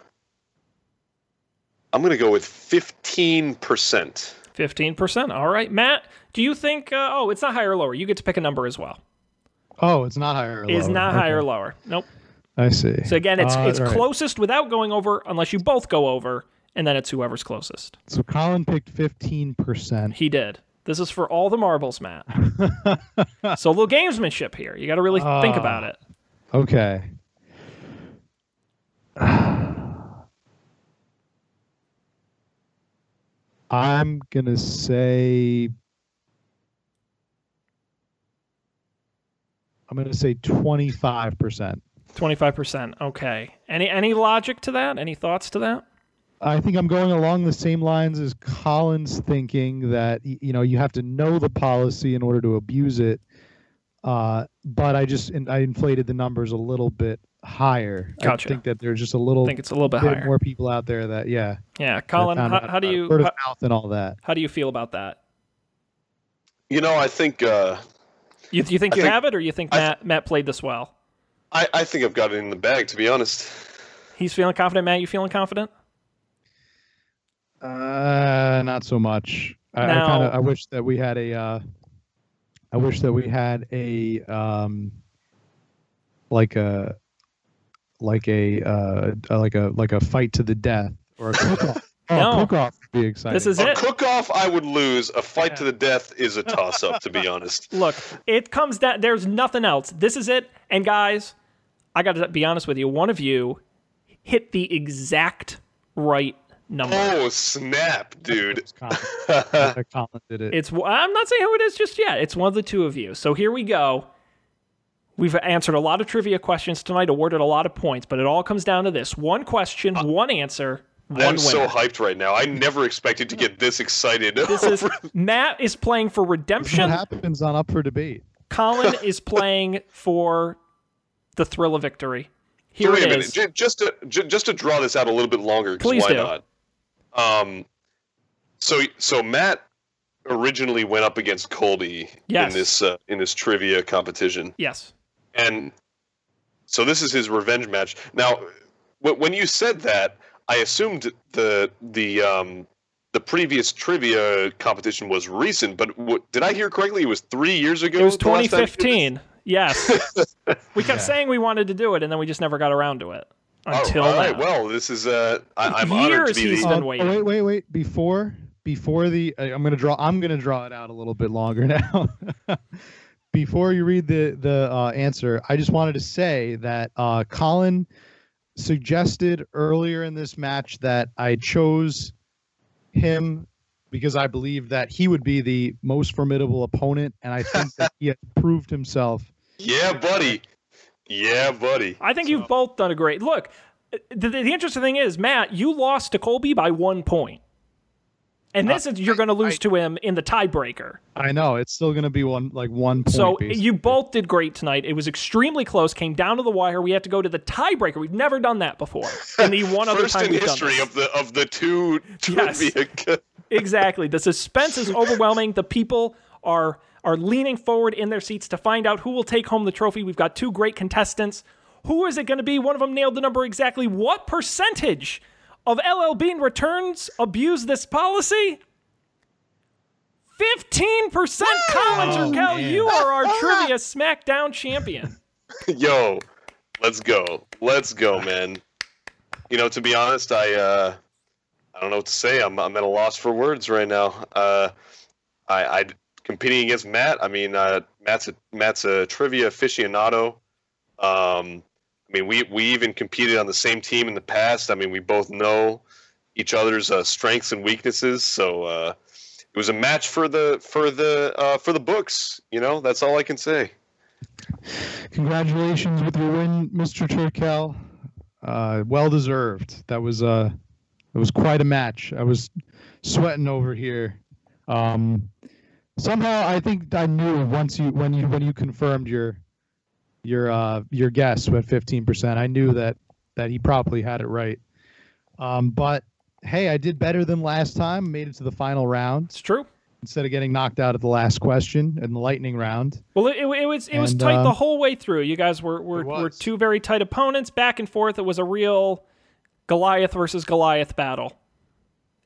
I'm gonna go with fifteen percent. 15%. All right. Matt, do you think, uh, oh, it's not higher or lower. You get to pick a number as well. Oh, it's not higher. Or Is lower. not Okay. higher or lower. Nope. I see. So again, it's, Uh, it's all right. closest without going over unless you both go over, and then it's whoever's closest. So Colin picked fifteen percent. He did. This is for all the marbles, Matt. so a little gamesmanship here. You got to really think Ah. about it. Okay. I'm gonna say. I'm gonna say twenty-five percent. 25%. Okay. Any any logic to that? Any thoughts to that? I think I'm going along the same lines as Collins thinking that y- you know you have to know the policy in order to abuse it. Uh, but I just and I inflated the numbers a little bit higher. Gotcha. I think that there's just a I little think it's a little bit bit higher. more people out there that yeah. yeah, Colin, that found how, out how do about you word of how, mouth and all that? how do you feel about that? You know, I think uh, You, you think I you think- have it, or you think I th- Matt Matt played this well? I, I think I've got it in the bag. To be honest, He's feeling confident. Matt, you feeling confident? Uh, not so much. I, I kind Now- of I wish that we had a. Uh, I wish that we had a um. Like a, like a uh, like a like a fight to the death or a cook off. Oh, No. cook off would be exciting. This is a it. cook-off I would lose. A fight Yeah. to the death is a toss-up. to be honest, Look, it comes down. There's nothing else. This is it. And guys, I got to be honest with you. One of you hit the exact right number. oh snap, dude! It's Colin. Uh, Colin did it. It's I'm not saying who it is just yet. It's one of the two of you. So here we go. We've answered a lot of trivia questions tonight, awarded a lot of points, but it all comes down to this: one question, one answer, one I'm winner. Uh, so hyped right now. I never expected to get this excited. this is Matt is playing for This is what redemption. happens on Up for Debate. Colin is playing for the thrill of victory. Here wait a it minute. is. Ju- Just to ju- just to draw this out a little bit longer. 'cause Please why do. not? Um. So so Matt originally went up against Colby Yes. in this uh, in this trivia competition, Yes. and so this is his revenge match. Now, wh- when you said that, I assumed the the um the previous trivia competition was recent, but w- did I hear correctly? It was three years ago. It was the last time you did this? 2015. Yes. we kept Yeah. saying we wanted to do it, and then we just never got around to it until Oh, all now. right. Well, this is uh, I, I'm honored to Years be he's the- He's been waiting. Uh, wait, wait, wait. Before, before the, I- I'm gonna draw. I'm gonna draw it out a little bit longer now. before you read the the uh, answer, I just wanted to say that uh, Colin suggested earlier in this match that I chose him because I believe that he would be the most formidable opponent, and I think that he has proved himself. Yeah, buddy. Yeah, buddy. I think you've both done a great look. The, the the interesting thing is, Matt, you lost to Colby by one point, and Uh, this is you're going to lose I- to him in the tiebreaker. I know it's still going to be one like one point. So basically. you both did great tonight. It was extremely close. Came down to the wire. We had to go to the tiebreaker. We've never done that before. And the one other First time in we've history done of the of the two Yes. trivia. this. exactly. The suspense is overwhelming. The people are are leaning forward in their seats to find out who will take home the trophy. We've got two great contestants. Who is it going to be? One of them nailed the number exactly. What percentage of LL Bean returns abuse this policy? 15% Colin Oh, Cal, man. you are our trivia SmackDown champion. Yo, let's go. Let's go, man. You know, to be honest, I uh, I don't know what to say. I'm I'm at a loss for words right now. Uh, I I competing against Matt. I mean, uh, Matt's a Matt's a trivia aficionado. Um, I mean, we we even competed on the same team in the past. I mean, we both know each other's uh, strengths and weaknesses. So uh, it was a match for the for the uh, for the books. You know, that's all I can say. Congratulations with your win, Mr. Turkel. Uh, well deserved. That was uh, it was quite a match. I was sweating over here. Um, somehow I think I knew once you when you when you confirmed your your uh your guess at fifteen percent. I knew that that he probably had it right. Um, but hey, I did better than last time. Made it to the final round It's true. instead of getting knocked out at the last question in the lightning round. Well, it, it, it was it was And, tight the um, whole way through. You guys were were, It were was. two very tight opponents, back and forth. It was a real Goliath versus Goliath battle,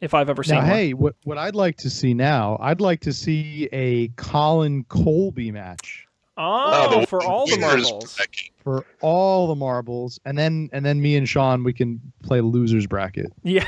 if I've ever seen Now, one. hey, what what I'd like to see now, I'd like to see a Colin Colby match Oh, the for all the winners marbles. bracket. for all the marbles, and then and then me and Sean we can play losers bracket. Yeah,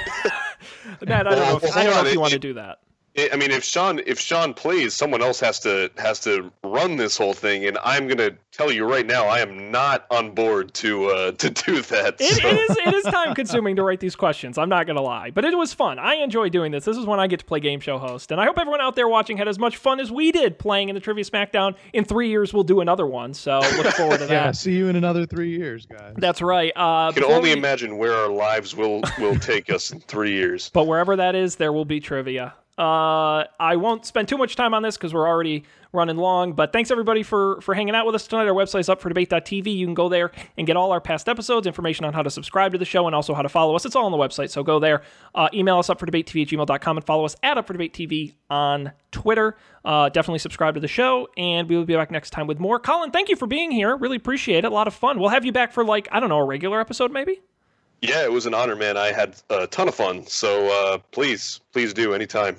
Matt, I don't know. Well, If, I don't know if hold on, you want to it- do that. I I mean, if Sean if Sean plays, someone else has to has to run this whole thing, and I'm gonna tell you right now, I am not on board to uh, to do that. It, so- it is it is time consuming to write these questions. I'm not gonna lie, but it was fun. I enjoy doing this. This is when I get to play game show host, and I hope everyone out there watching had as much fun as we did playing in the Trivia Smackdown. In three years, we'll do another one. So look forward to that. Yeah, see you in another three years, guys. That's right. Uh, I can before only we- imagine where our lives will will take us in three years. But wherever that is, there will be trivia. Uh, I won't spend too much time on this because we're already running long. But thanks everybody for for hanging out with us tonight. Our website's up for debate.tv. You can go there and get all our past episodes, information on how to subscribe to the show, and also how to follow us. It's all on the website, so go there. Uh, email us up for debatetv at gmail.com and follow us at up for debate TV on Twitter. Uh, definitely subscribe to the show, and we will be back next time with more. Colin, thank you for being here. Really appreciate it. A lot of fun. We'll have you back for like I don't know a regular episode maybe. Yeah, it was an honor, man. I had a ton of fun. So uh, please, please do anytime.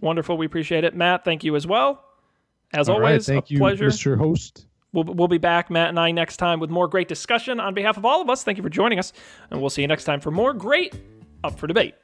Wonderful. We appreciate it. Matt, thank you as well. As All right, always, thank a you, pleasure. Mr. Host. We'll, we'll be back, Matt and I, next time with more great discussion. On behalf of all of us, thank you for joining us, and we'll see you next time for more great Up for Debate.